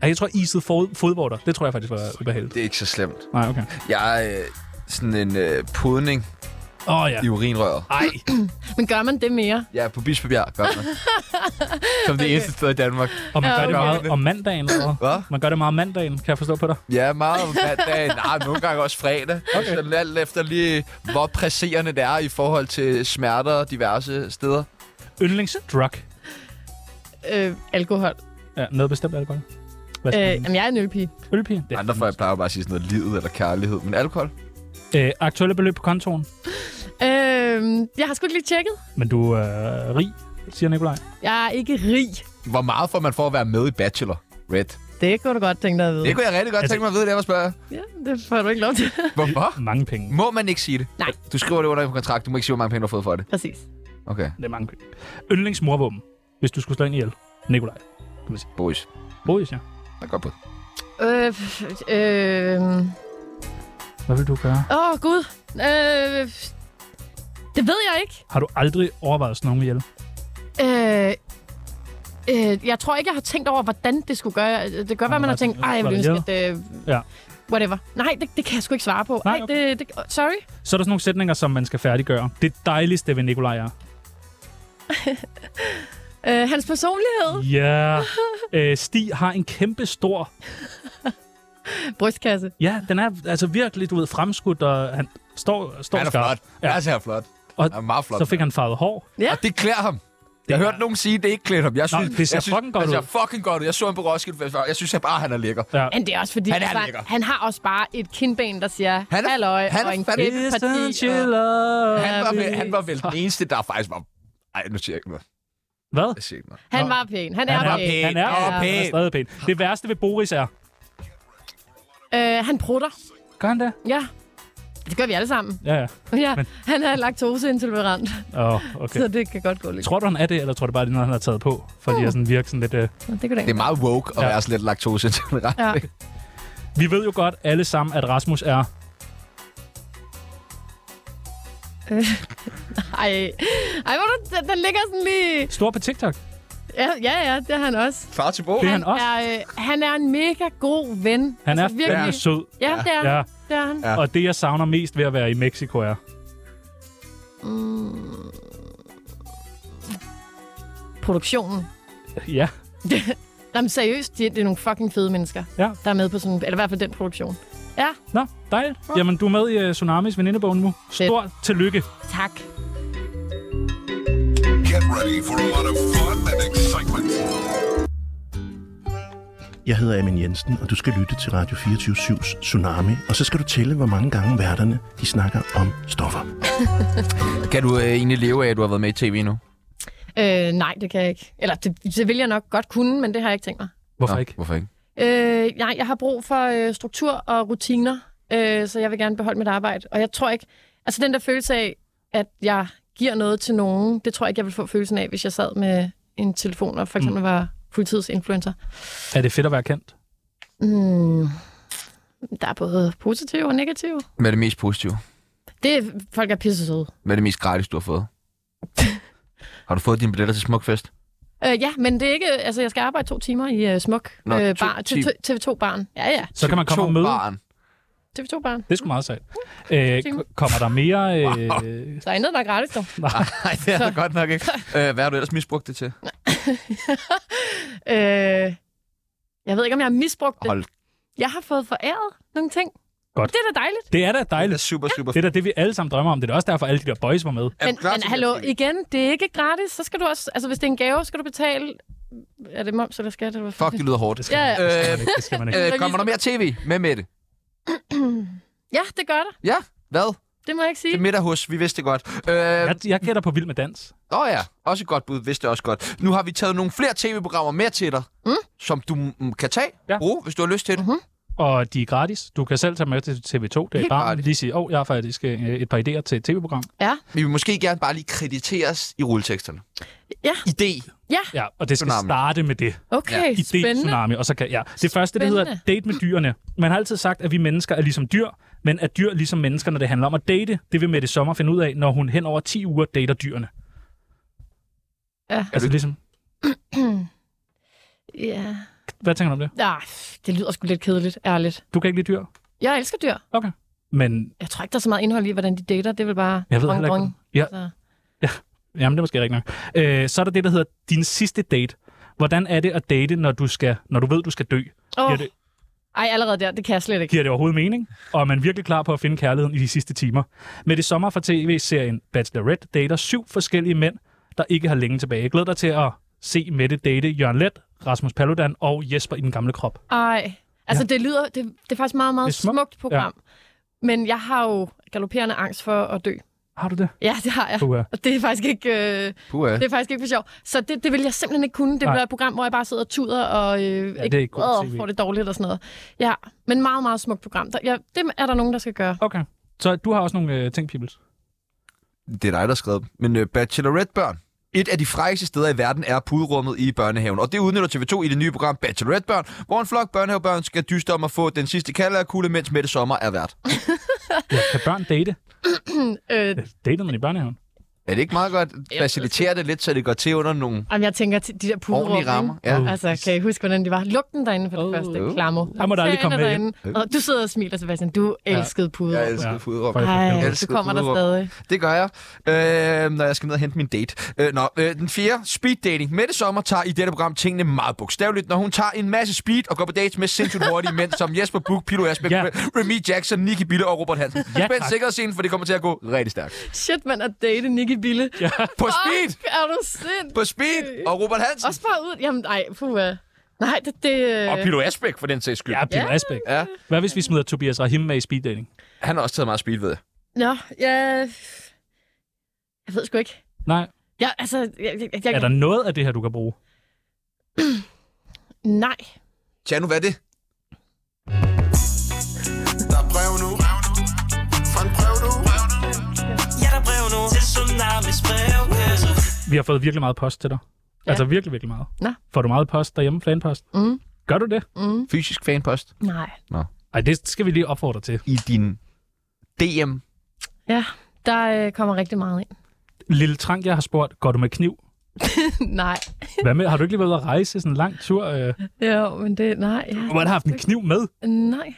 Ej, Jeg tror, iset fod, fodvorter. Det tror jeg faktisk var ubehageligt.
Det er ikke så slemt.
Nej, okay.
Jeg er øh, sådan en øh, pudning
Åh oh, ja.
i urinrøret.
Ej.
Men gør man det mere?
Ja, på Bispebjerg gør man. Som det eneste sted i Danmark.
Og man
Ja,
gør det
okay.
meget om mandagen. Eller? hvad?
Hvad?
Man gør det meget om mandagen, kan jeg forstå på dig.
Ja, meget om mandagen. Nej, nogle gange også fredag. Okay. Så alt efter lige, hvor presserende det er i forhold til smerter og diverse steder.
Yndlingsdrug.
Øh, alkohol.
Ja, noget bestemt alkohol. Hvad
Øh,
skal øh,
jamen, jeg er en ølpige.
Ølpige? Det er
Andre folk plejer jo bare at sige sådan noget livet eller kærlighed, men alkohol?
Øh, aktuelle beløb på kontoen.
Øh, jeg har sgu ikke lige tjekket.
Men du er øh, rig, siger Nikolaj.
Jeg er ikke rig.
Hvor meget får man for at være med i Bachelor? Red.
Det kunne du godt tænke dig at vide.
Det kunne jeg rigtig godt
Mm. Altså-
tænke mig at vide, det jeg var spørge.
Ja, det får du ikke lov til.
Hvorfor?
Mange penge.
Må man ikke sige det?
Nej.
Du skriver det under en kontrakt. Du må ikke sige, hvor mange penge du har fået for det.
Præcis.
Okay,
Det er mange penge. Yndlingsmorvåben, hvis du skulle slå en ihjel. Nikolaj.
Boris.
Boris, ja.
Der går på.
Øh, øh,
Hvad vil du gøre?
åh, oh, Gud. Øh, det ved jeg ikke.
Har du aldrig overvejet sådan nogen ihjel?
Øh, øh, jeg tror ikke, jeg har tænkt over, hvordan det skulle gøre. Det kan godt være, man har tænkt, ej, jeg ville ønske, at... Øh,
Ja.
Whatever. Nej, det, det kan jeg sgu ikke svare på.
Nej,
Nej, okay. det, det, sorry.
Så er der sådan nogle sætninger, som man skal færdiggøre. Det dejligste ved Nikolaj er.
Øh, hans personlighed.
Ja. Øh, Stig har en kæmpe stor...
Brystkasse.
Ja, den er altså virkelig, du ved, fremskudt, og han står, står
Han er
skarp.
flot.
Ja.
Ja. Han er flot.
Og
Han er meget flot.
så fik han farvet hår.
Ja.
Og det klæder ham. Jeg har hørt nogen sige, at det ikke klæder ham. Jeg
Nå,
synes,
det ser
jeg synes,
fucking godt
han
ud.
ser fucking godt ud. Jeg så ham på Roskilde Festival. Jeg synes at bare, han er lækker.
Ja.
Men det er også fordi,
Han er
altså,
lækker.
han har også bare et kindben, der siger,
Han er-
halløj,
han er
og en
fandme-
kæmpe parti. Og...
Han var, vel, han var vel den eneste, der faktisk var... Ej, nu siger jeg ikke noget.
Hvad?
Jeg siger ikke noget.
Han var pæn. Han,
Han
er,
er
pæn.
Han er,
Åh,
ja, han er
pæn.
stadig pæn. Det værste ved Boris er...
Øh, han prutter.
Gør han det?
Ja. Det gør vi alle sammen.
Ja, ja.
Ja,
Men-
Men... han er laktoseintolerant,
Oh, okay.
så det kan godt gå lidt.
Tror du, han er det, eller tror du bare, det er noget, han har taget på? For lige at sådan virke sådan lidt... Øh...
Nå, Det kan du
Det
ikke.
er meget woke at
Ja.
være sådan lidt laktoseintolerant.
Ja.
Vi ved jo godt alle sammen, at Rasmus er...
Ej, Ej hvor du, den, den ligger sådan lige...
Stor på TikTok.
Ja, ja, ja det er han også.
Far til bog.
Det er han også.
Er, øh, han er en mega god ven.
Han er
altså,
fandme
virkelig.
sød.
Ja, det er han.
Ja.
Ja. Det er han.
Ja.
Og det, jeg savner mest ved at være i Mexico, er...
Produktionen.
Ja,
Jamen seriøst, det, det er nogle fucking fede mennesker,
Ja.
der er med på sådan... Eller i hvert fald den produktion. Ja,
nå, dejligt. Jamen, du er med i uh, Tsunamis venindebogen nu. Stort tillykke.
tak.
Get ready for a lot of fun and excitement.
Jeg hedder Amin Jensen, og du skal lytte til Radio 24-7's Tsunami. Og så skal du tælle, hvor mange gange værterne de snakker om stoffer.
Kan du øh, egentlig leve af, at du har været med i tv nu?
Øh, nej, det kan jeg ikke. Eller det, det vil jeg nok godt kunne, men det har jeg ikke tænkt mig.
Hvorfor
Nå,
ikke?
Hvorfor ikke?
Øh, nej, jeg har brug for øh, struktur og rutiner, øh, så jeg vil gerne beholde mit arbejde. Og jeg tror ikke... Altså den der følelse af, at jeg giver noget til nogen, det tror jeg ikke, jeg vil få følelsen af, hvis jeg sad med en telefon og for
Mm.
eksempel var fuldtidsinfluencer.
Er det fedt at være kendt?
Mm, der er både positive og negative.
Hvad er det mest positive?
Det er, folk er pisse søde.
Hvad er det mest gratis, du har fået? har du fået dine billetter til Smukfest?
Øh, ja, men det er ikke... Altså, jeg skal arbejde to timer i uh, smuk
Nå,
øh,
to-
bar,
ti-
til TV2-barn. Ja, ja.
Så kan man komme og møde.
Barn.
TV2-barn.
Det er sgu meget sejt. Øh, k- kommer der mere... Øh...
Så er intet, der er gratis, dog.
Nej, det er der godt nok ikke. Øh, hvad har du ellers misbrugt det til?
Øh, jeg ved ikke, om jeg har misbrugt det.
Hold
Jeg har fået foræret nogle ting.
Godt.
Det er da dejligt.
Det er da
det er
dejligt.
super, super.
Det er da det, vi alle sammen drømmer om. Det er da også derfor, alle de der boys var med.
Er du
Men,
klar
men
til det?
hallo, igen, det er ikke gratis. Så skal du også... Altså, hvis det er en gave, skal du betale... Er det moms eller skat? Eller hvad
Fuck, det lyder hårdt.
Det skal,
Ja,
man,
ja.
det skal man ikke. Det skal man ikke.
Øh, kommer der mere tv med Mette?
Ja, det gør der.
Ja, hvad?
Det må jeg ikke sige.
Til middag hos, vi vidste det godt. Øh,
Jeg, jeg gætter på Vild med Dans.
Nå ja, også et godt bud, vidste jeg også godt. Nu har vi taget nogle flere tv-programmer med til dig, mm. som du mm, kan tage,
Ja.
ja. bruge, hvis du har lyst til det. Mm-hmm.
Og de er gratis. Du kan selv tage med til TV2. Det er
Helt
bare
gratis.
lige sige, åh, oh, jeg har faktisk øh, et par idéer til et tv-program.
Vi vil måske gerne bare lige krediteres i rulleteksterne.
Ja.
Idé.
Ja, og det skal
Tsunami.
starte med det.
Okay, ja,
Idé,
spændende.
tsunami, og så kan, ja. Det første, det hedder
Spændende.
date med dyrene. Man har altid sagt, at vi mennesker er ligesom dyr, men at dyr ligesom mennesker, når det handler om at date, det vil Mette Sommer finde ud af, når hun hen over 10 uger dater dyrene.
Ja.
Altså ligesom,
Ja.
hvad tænker du om det?
Ah, det lyder sgu lidt kedeligt, ærligt.
Du kan ikke lide dyr?
Jeg elsker dyr.
Okay. Men
Jeg tror ikke, der er så meget indhold i, hvordan de dater. Det er vel bare...
jeg ved
grong,
heller ikke...
grong.
Ja,
Altså,
ja, jamen, det er måske rigtigt nok. Øh, så er der det, der hedder din sidste date. Hvordan er det at date, når du, skal, når du ved, du skal dø? Giver,
Åh.
det,
Ej, allerede der, det kan jeg slet ikke.
giver det overhovedet mening? Og er man virkelig klar på at finde kærligheden i de sidste timer? Med det sommer fra tv-serien Bachelorette dater syv forskellige mænd, der ikke har længe tilbage. Jeg glæder dig til at se Mette date Jørgen Let, Rasmus Paludan og Jesper i den gamle krop.
Ej, altså det lyder... Det, det er faktisk meget, meget
Det er
det
smukt.
smukt. smukt program. Ja. Men jeg har jo galopperende angst for at dø.
Har du det?
Ja, det har jeg.
Puha.
Og det er faktisk ikke... Øh,
Puha.
Det er faktisk ikke for sjov. Så det, det vil jeg simpelthen ikke kunne. Det
Nej.
bliver et program, hvor jeg bare sidder og tuder og øh,
er ikke god TV.
åh, får det dårligt og sådan noget. Ja, men meget, meget smukt program. Der, ja, det er der nogen, der skal gøre.
Okay. Så du har også nogle øh, ting, Pibels.
Det er dig, der har skrevet dem. Men uh, Bachelorette-børn. Et af de frækkeste steder i verden er puderummet i børnehaven, og det udnytter TV2 i det nye program Bachelorette-børn, hvor en flok børnehavebørn skal dyste om at få den sidste kalderkugle, mens Mette Sommer er vært.
Kan børn date?
øh,
Datede man i børnehaven?
Er det ikke meget godt at facilitere det lidt, så det går til under nogle...
Jamen, jeg tænker til de der puderum.
Ordentlige rammer,
ikke?
ja.
Altså, kan I huske, hvordan de var? Lugten derinde for det første. Klamo.
Der må der aldrig komme med hjem.
Og du sidder og smiler, Sebastian. Du elskede puderum.
Jeg elskede puderum.
Ej,
Jeg
du
elskede
kommer der
puderum.
stadig.
Det gør jeg, øh, når jeg skal ned og hente min date. Øh, nå, øh, den fjerde, speed dating. Mette Sommer tager i dette program tingene meget bogstaveligt, når hun tager en masse speed og går på dates med sindssygt hurtige mænd, som Jesper Buch, Pilo Asbæk, ja. Remy Jackson, Nicky Bille og Robert Hansen.
Ja,
Ja, Spænd
tak.
sikkerhedsscenen, for det kommer til at gå rigtig stærkt.
Shit, man, at date Nicky Bille.
Ja.
På speed!
Fuck, er du sind?
På speed! Og Robert Hansen!
Også bare ud. Jamen, nej, puha. Nej, det... øh, det
Og Pilo Asbæk, for den sags skyld.
Ja, Pilo ja. Asbæk.
Ja.
Hvad hvis vi smider Tobias Rahim med i speeddating?
Han har også taget meget speed, ved jeg.
Nå, jeg... Jeg ved sgu ikke.
Nej.
Jeg, altså, jeg, jeg, jeg,
Er der noget af det her, du kan bruge?
Nej.
Tja, nu hvad er det?
Der er brev nu Fra en brev nu Ja, der er brev nu Til Tsunamis brevkasse
Vi har fået virkelig meget post til dig. Ja. Altså virkelig, virkelig meget.
Nå.
Får du meget post derhjemme? Fanpost?
Mm.
Gør du det?
Mm.
Fysisk fanpost?
Nej.
Nå.
Ej, det skal vi lige opfordre til.
I din DM.
Ja, der øh, kommer rigtig meget ind.
Lille Trang, jeg har spurgt, går du med kniv?
nej.
Hvad med, har du ikke lige været ude at rejse sådan en lang tur? Øh?
Jo, men det... Nej. Ja.
Hvordan har haft en kniv med?
Nej.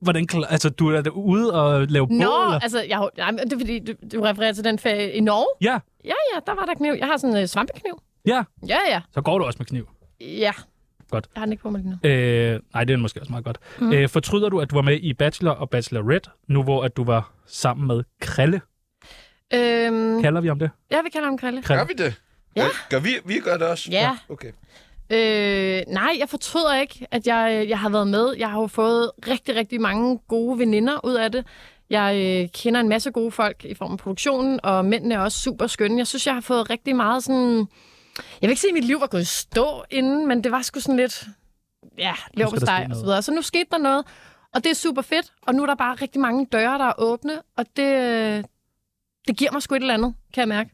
Hvordan, kla- altså, du er da ude og lave bål?
Nå,
eller-
altså, jeg, har- nej, men det er fordi, du, du refererer til den ferie i Norge.
Ja,
Ja, ja, der var der kniv. Jeg har sådan en øh, svampekniv.
ja.
Ja, ja,
Så går du også med kniv.
ja.
Godt.
Jeg har den ikke på mig lige nu.
Øh, nej, det er måske også meget godt. Mm.
Mm.
Øh, fortryder du, at du var med i Bachelor og Bachelorette, nu hvor at du var sammen med Krille?
Mm. Øhm,
Kalder vi om det?
ja, vi kalder ham Krille.
Krille.
det?
Ja.
Gør vi, vi gør det også?
Ja. Ja,
Okay.
Øh, nej, jeg fortryder ikke, at jeg, jeg har været med. Jeg har jo fået rigtig, rigtig mange gode veninder ud af det. Jeg øh, kender en masse gode folk i form af produktionen, og mændene er også super skønne. Jeg synes, jeg har fået rigtig meget sådan... Jeg vil ikke sige, at mit liv var gået i stå inden, men det var sgu sådan lidt... Ja, lever på
der ske
steg og
noget.
så videre. Så nu skete der noget, og det er super fedt. Og nu er der bare rigtig mange døre, der er åbne, og det, øh, det giver mig sgu et eller andet, kan jeg mærke.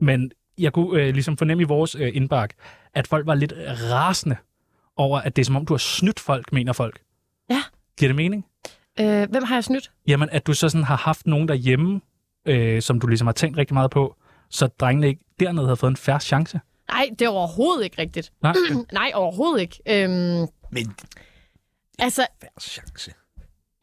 Men jeg kunne øh, ligesom fornemme i vores øh, indbak, at folk var lidt rasende over, at det er som om, du har snydt folk, mener folk.
Ja.
Giver det mening?
Øh, hvem har jeg snydt?
Jamen, at du så sådan har haft nogen derhjemme, øh, som du ligesom har tænkt rigtig meget på, så drengene ikke dernede havde fået en færre chance.
Nej, det er overhovedet ikke rigtigt.
Nej.
Nej, overhovedet ikke. Øhm,
Men
altså,
chance.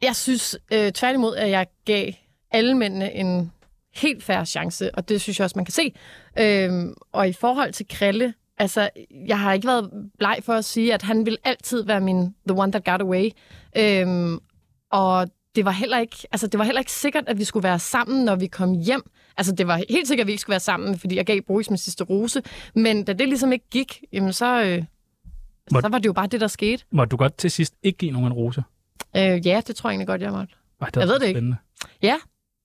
jeg synes øh, tværtimod, at jeg gav alle mændene en helt færre chance, og det synes jeg også, man kan se. Øhm, og i forhold til Krille, altså, jeg har ikke været bleg for at sige, at han vil altid være min the one that got away. Øhm, og det var heller ikke, altså, det var heller ikke sikkert, at vi skulle være sammen, når vi kom hjem. Altså, det var helt sikkert, at vi ikke skulle være sammen, fordi jeg gav Boris min sidste rose. Men da det ligesom ikke gik, jamen, så, øh,
Må-
så var det jo bare det, der skete.
Måtte du godt til sidst ikke give nogen en rose?
Øh, ja, det tror jeg egentlig godt, jeg måtte.
Ej, det
Jeg
var
ved det ikke.
spændende.
Ja,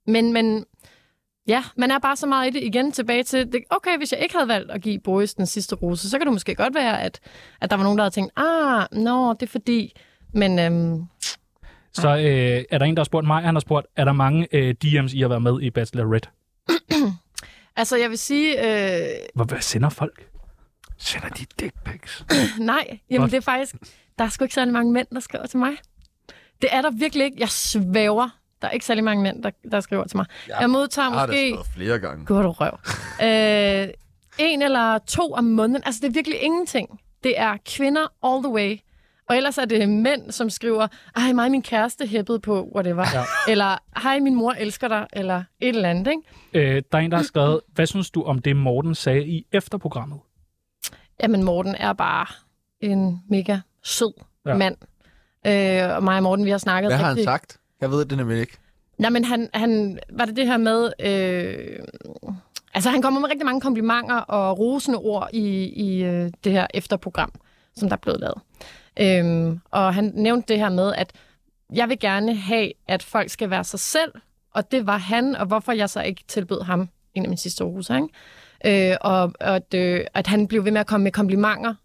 men, men ja, man er bare så meget i det igen tilbage til, det, okay, hvis jeg ikke havde valgt at give Boris den sidste rose, så kan det måske godt være, at, at der var nogen, der havde tænkt, ah, nå, det er fordi, men øhm,
Så øh, er der en, der har spurgt mig, han har spurgt, er der mange øh, DM's, I har været med i Bachelorette?
altså jeg vil sige, øh,
Hvor, hvad sender folk?
Sender de dick pics?
Ah, nej, jamen
Godt.
det er faktisk, der er sgu ikke særlig mange mænd, der skriver til mig. Det er der virkelig ikke, jeg svæver. Der er ikke særlig mange mænd, der, der skriver til mig. Ja, jeg modtager
Jeg har da
måske...
skrevet flere gange.
Gud, du røv. øh, en eller to om måneden. Altså, det er virkelig ingenting. Det er kvinder all the way. Og ellers er det mænd, som skriver, ej, mig og min kæreste hæppede på, whatever. Ja. Eller, hej, min mor elsker dig, eller et eller andet, ikke?
Øh, der er en, der har skrevet, hvad synes du om det, Morten sagde i efterprogrammet?
Jamen, Morten er bare en mega sød
Ja.
ja. mand. Øh, og mig og Morten, vi har snakket
Hvad har han
rigtig-
sagt? Jeg ved det nemlig ikke.
Nej, men han, han, var det det her med... Øh, altså, han kommer med rigtig mange komplimenter og rosende ord i, i øh, det her efterprogram, som der er blevet lavet. Øhm, og han nævnte det her med, at jeg vil gerne have, at folk skal være sig selv, og det var han, og hvorfor jeg så ikke tilbød ham en af mine sidste roser, ikke? Øh, og og at, øh, at han blev ved med at komme med komplimenter.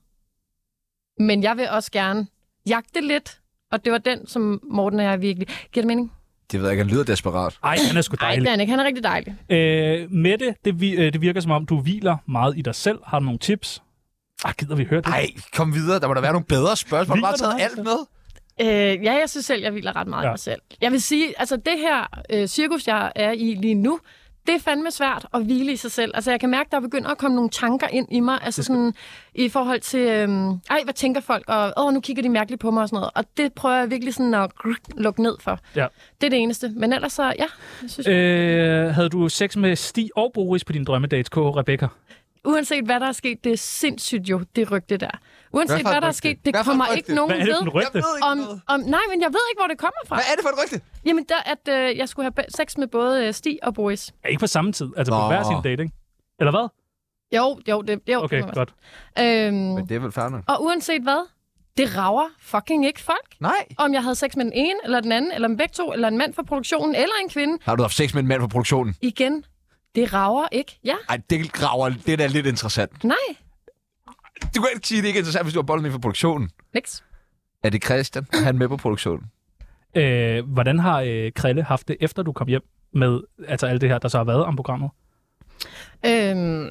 Men jeg vil også gerne jagte lidt, og det var den, som Morten og jeg virkelig... Giver det mening?
Det ved jeg ikke, han lyder desperat.
Ej, han er sgu
Nej,
dejlig.
det er han ikke. Han er rigtig dejlig.
Øh, Mette, det, vi, øh, det virker som om, du hviler meget i dig selv. Har du nogle tips? Ah, gider vi høre det?
Nej, kom videre. Der må der være nogle bedre spørgsmål. Bare taget alt med.
Øh, ja, jeg synes selv, jeg hviler ret meget ja.
Ja.
i mig selv. Jeg vil sige, altså det her øh, cirkus, jeg er i lige nu, det er fandme svært at hvile i sig selv. Altså jeg kan mærke, der begynder at komme nogle tanker ind i mig, altså sådan i forhold til, øhm, ej, hvad tænker folk, og åh, nu kigger de mærkeligt på mig og sådan noget. Og det prøver jeg virkelig sådan at grrr, lukke ned for.
Ja.
Det er det eneste. Men ellers så, ja, jeg synes, øh.
Øh, havde du sex med Stig og Boris på din drømmedate, KH Rebecca?
uanset hvad der er sket, det er sindssygt jo, det rygte der.
Hvad
Uanset
for et
hvad, der er
rygte?
sket, det
Hvad for et
kommer
rygte?
ikke nogen
Hvad er det for et
ved.
rygte? Jeg ved ikke
om, om, nej, men jeg ved ikke, hvor det kommer fra.
Hvad er det for et rygte?
Jamen, der, at øh, jeg skulle have ba- sex med både øh, Stig og Boris.
Ja, Ikke på samme tid, altså Nå. på
Nå.
hver sin dating. Eller hvad?
Jo, jo, det, jo,
Okay,
det må man-
godt.
Øhm,
det er vel færdigt.
og uanset hvad, det rager fucking ikke folk.
Nej.
Om jeg havde sex med den ene, eller den anden, eller med begge to, eller en mand fra produktionen, eller en kvinde.
Har du haft sex med en mand fra produktionen?
Igen, det rager ikke. Ja,
Ej, det graver, det er da lidt interessant.
nej,
Du kan ikke sige, at det ikke er interessant, hvis du har bolden i fra produktionen.
niks.
Er det Christian? Er han med på produktionen?
Øh, hvordan har øh, Krille haft det, efter du kom hjem med altså alt det her, der så har været om programmet?
Øhm,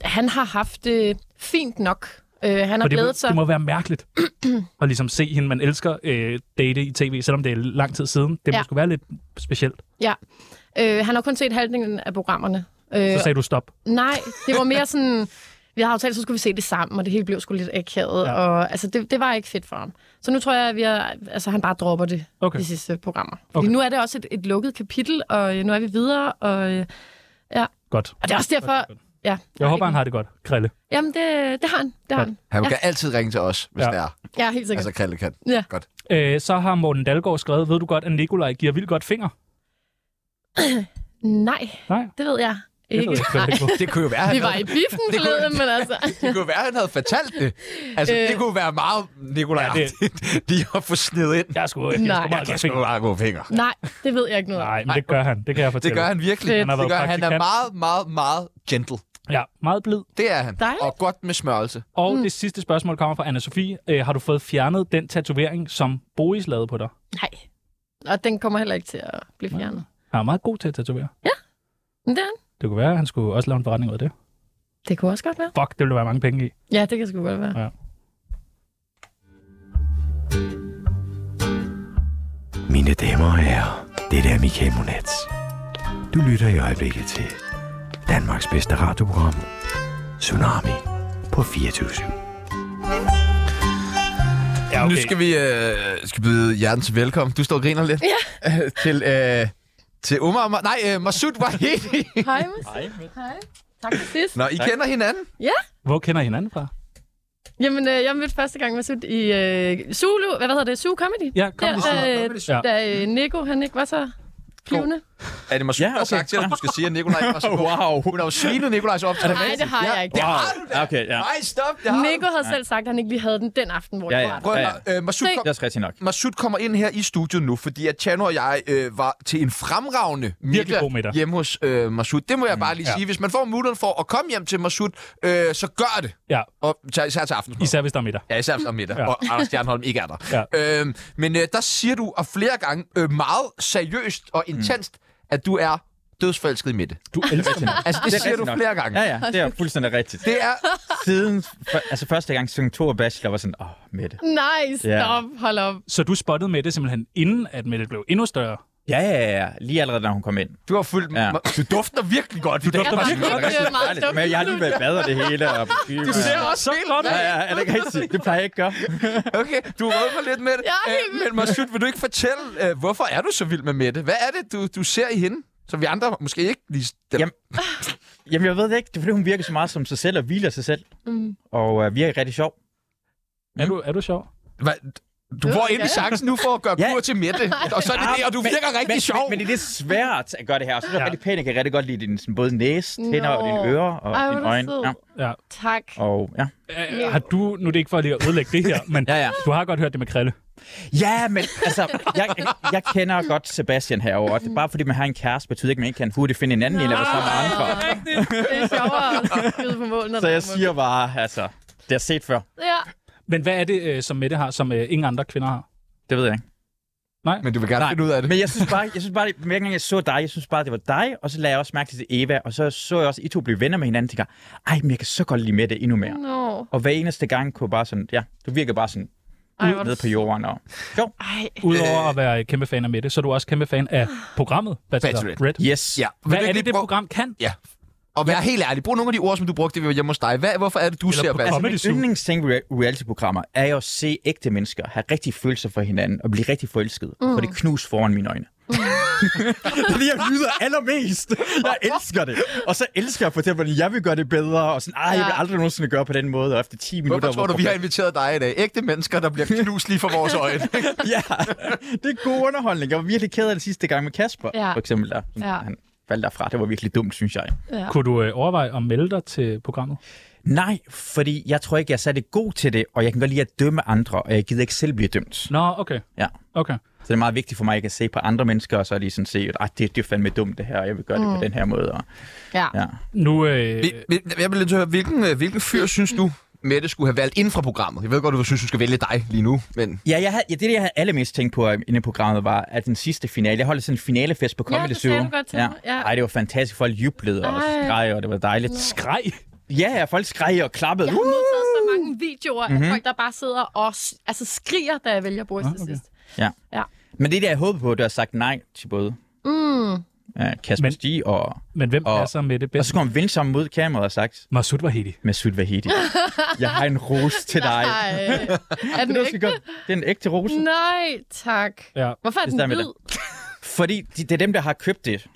han har haft det øh, fint nok. Øh, han
For
har
det, må-
glædet sig.
det må være mærkeligt at ligesom se hende, man elsker, øh, date i tv, selvom det er lang tid siden. Det ja.
Ja.
må sgu være lidt specielt.
Ja. Øh, han har kun set halvdelen af programmerne. Øh,
Så sagde du stop.
Nej, det var mere sådan... Vi havde aftalt, så skulle vi se det sammen, og det hele blev sgu lidt akavet. Ja. Og, altså, det, det var ikke fedt for ham. Så nu tror jeg, at vi er, altså, han bare dropper det
Okay.
de sidste programmer.
Okay.
Okay. Nu er det også et, et lukket kapitel, og øh, nu er vi videre. Og, øh, ja.
Godt.
og det er også derfor... Ja,
Jeg håber, han har det godt, Krille.
Jamen, det, det har han. Det har han.
Han
ja.
kan altid ringe til os, hvis
Ja.
ja. det er.
ja, helt sikkert.
Altså, Krille kan.
Ja.
Godt.
Øh, så har Morten Dalgaard skrevet, ved du godt, at Nikolaj giver vildt godt finger?
Nej,
Nej,
det ved jeg
ved
ikke.
jeg sgu heller ikke, hvorfor.
Det kunne jo være, han
Vi var
havde-
i biffen
Det kunne-
forleden, men altså...
Det kunne være, han havde fortalt det. Altså, øh, det
Øh.
kunne være meget, Nikolaj, ja, det... lige at få sned ind.
Jeg skulle
jeg er sgu Nej. meget
jeg
god
kan sgu
finger.
meget gode fingre.
Nej, det ved jeg ikke noget om.
Nej, men det gør han. Det kan jeg
Det
fortælle.
gør han virkelig.
Fedt.
Han,
har været
det gør, han er meget,
praktikant.
meget, meget gentle.
Ja, meget blid.
Det er han.
Dejligt.
Og godt med smørelse.
Og mm. det sidste spørgsmål kommer fra Anna-Sophie. Øh, har du fået fjernet den tatovering, som Boris lavede på dig?
Nej. Og den kommer heller ikke til at blive fjernet.
Han er meget god til at tatovere.
Men det er han.
Det kunne være, at han skulle også lave en forretning ud af det.
Det kunne også godt være.
Fuck, det ville der være mange penge i.
Ja, det kan sgu godt være.
Ja.
Mine damer og herrer, det er Michael Monats. Du lytter i øjeblikket til Danmarks bedste radioprogram, Tsunami på 24
Ja, okay. Nu skal vi øh, skal byde hjerten til velkommen. Du står og griner lidt. Ja. Øh, til, øh, til Omar. og Ma- Nej, øh, Masud Wahidi.
Hej, Hej. Hej. Tak for sidst.
Nå, I tak. kender hinanden?
Ja.
Hvor kender I hinanden fra?
Jamen, øh, jeg mødte første gang Masud i øh, Zulu, hvad hedder det, Zulu Comedy?
Ja, Comedy Zoo.
Der,
Comedy Zoo.
øh, da øh, Nico, han ikke var så flyvende.
Er det Masud, ja, okay. der har sagt til dig, at du skal sige, at Nikolaj var så god? wow. Hun har jo svinet Nikolajs optræden.
Nej, det har jeg ikke.
Det har
Wow.
du da.
Okay, ja.
Nej, stop. Det har
Nico
du.
havde selv sagt, at han ikke lige havde den den aften, hvor
Ja,
det
ja.
var.
Prøv
Ja,
at høre, øh, Masud,
Se.
kom,
Det er også rigtigt nok.
Masud kommer ind her i studiet nu, fordi at Chano og jeg øh, var til en fremragende middag,
god middag.
hjemme hos øh, Masud. Det må jeg bare lige
Ja.
sige. Hvis man får muligheden for at komme hjem til Masud, øh, så gør det.
Ja,
Og tager især til aftensmad.
især hvis der er middag.
Ja, især hvis der er middag,
Ja.
ja. og Anders Stjernholm ikke er der. Ja. Øhm, men øh, der siger du og flere gange øh, meget seriøst og intenst, mm. at du er dødsforelsket i Mette.
Du elsker mig.
Altså, det, det siger du nok. flere gange.
Ja, ja, det er fuldstændig rigtigt.
Det er...
Siden, for, altså første gang sæson 2 af Bachelor var sådan, åh, oh, Mette.
Nej,
Ja.
stop, hold op.
Så du spottede Mette simpelthen inden, at Mette blev endnu større?
Ja, ja, ja. Lige allerede, da hun kom ind.
Du har fulgt... Ja. Du dufter virkelig godt.
Du dufter virkelig godt. Det er meget dumt. Men jeg har lige været i bad og det hele. Og
Du ser også så
godt ud. Ja, ja, er det ikke rigtigt? Det plejer jeg ikke at gøre.
Okay, du rødmer lidt med det.
Ja,
Øh, Men Masud, vil du ikke fortælle, øh, hvorfor er du så vild med Mette? Hvad er det, du, du ser i hende, som vi andre måske ikke lige...
Jamen, jamen, jeg ved det ikke. Det er, fordi hun virker så meget som sig selv og hviler sig selv.
Mm.
Og øh, virker rigtig sjov.
Er du, er du sjov?
Hva? Du får endelig chancen nu for at gøre kur til Mette. Og så er det det, og du virker rigtig
men,
sjov.
Men, men det er lidt svært at gøre det her. Og så er det
Ja.
ja. rigtig pænt. Jeg kan rigtig godt lide din, sådan, både næse,
Nå.
tænder og dine ører og
Ej, hvor er
dine
du
øjne.
sød.
Ja.
Tak.
Og ja.
Øh, har du, nu er det ikke for lige at ødelægge det her, men ja, ja. du har godt hørt det med Krille.
Ja, men altså, jeg, jeg kender godt Sebastian herovre, og det er bare fordi man har en kæreste, betyder ikke, at man ikke kan hurtigt finde en anden, eller være sammen med andre.
Det er sjovere at skyde på mål, når
Så
der
jeg
er mål.
siger bare, altså, det har jeg set før.
Ja.
Men hvad er det, øh, som Mette har, som øh, ingen andre kvinder har?
Det ved jeg ikke.
Nej.
Men du vil gerne
Nej,
finde ud af det.
Men jeg synes bare, jeg synes bare, hver gang jeg så dig, jeg synes bare, det var dig, og så lagde jeg også mærke til Eva, og så så jeg også, at I to blev venner med hinanden, og tænker, ej, men jeg kan så godt lide med det endnu mere.
Nå.
Og hver eneste gang kunne jeg bare sådan, ja, du virker bare sådan,
Ej,
ej,
hvor er
nede
du Ah.
på jorden. Og... Jo.
Ej.
Udover at være kæmpe fan af Mette, så er du også kæmpe fan af programmet Bachelorette. Red.
Yes.
Ja.
Hvad er det, det program kan?
Ja. Og vær helt ærlig, brug nogle af de ord, som du brugte, da vi var hjemme hos dig. Hvad, hvorfor er det, du ser
altså,
Bachelor?
min yndlingsting ved rea- reality-programmer er jo at se ægte mennesker have rigtig følelser for hinanden og blive rigtig forelsket. Mm.
Mm.
For det knus foran mine øjne. Fordi jeg nyder allermest. Jeg elsker det. Og så elsker jeg at fortælle, hvordan jeg vil gøre det bedre. Og sådan, ej, jeg vil aldrig nogensinde gøre på den måde. Og efter 10 minutter...
Hvorfor tror du, vi har inviteret dig i dag? Ægte mennesker, der bliver knust lige for vores øjne.
ja, det er god underholdning. Jeg var virkelig ked af det sidste gang med Kasper,
Ja.
ja. for eksempel. Der, sådan,
Ja.
ja. Han faldt derfra. Det var virkelig dumt, synes jeg.
Ja. Kunne du øh, overveje at melde dig til programmet?
Nej, fordi jeg tror ikke, jeg er særlig god til det, og jeg kan godt lide at dømme andre, og jeg gider ikke selv blive dømt.
Nå, okay.
Ja.
okay.
Så det er meget vigtigt for mig, at jeg kan se på andre mennesker, og så er de sådan set, at det, det er fandme dumt det her, og jeg vil gøre mm. det
Mm.
på den her måde. Og,
Ja.
ja.
Nu, øh,
Vi- vi- Jeg bliver lidt til at høre, hvilken, øh, hvilken fyr synes du, Mette skulle have valgt inden fra programmet? Jeg ved godt, du synes, du skal vælge dig lige nu, men...
Ja, jeg havde, ja, det, jeg havde allermest tænkt på øh, inden i programmet, var, at den sidste finale, jeg holdt sådan en finalefest på
Ja,
Comedy
det
Zoo.
sagde du godt til mig, ja.
Ej, det var fantastisk. Folk jublede og
Ej.
skreg, og det var dejligt.
Nå.
Skreg?
Ja, ja, folk skreg og klappede. Uh.
Jeg har modtaget så mange videoer af
Mhm.
folk, der bare sidder og s- altså, skriger, da jeg vælger Boris til sidst.
Ja.
Ja.
Men det er det, jeg håbede på, at du har sagt nej til både
Mm.
øh, Kasper men, Stig og...
Men hvem
og,
passer med det bedste?
Og så kom Vincent mod kameraet og sagt...
Masud Vahedi.
Masud Vahedi. Jeg har en ros til dig.
Nej. Er den
det, er
ægte?
også godt. det er en ægte rose.
Nej, tak.
Ja.
Hvorfor er
Det
den
stemmer
hvid?
Fordi de, det er dem, der har købt det.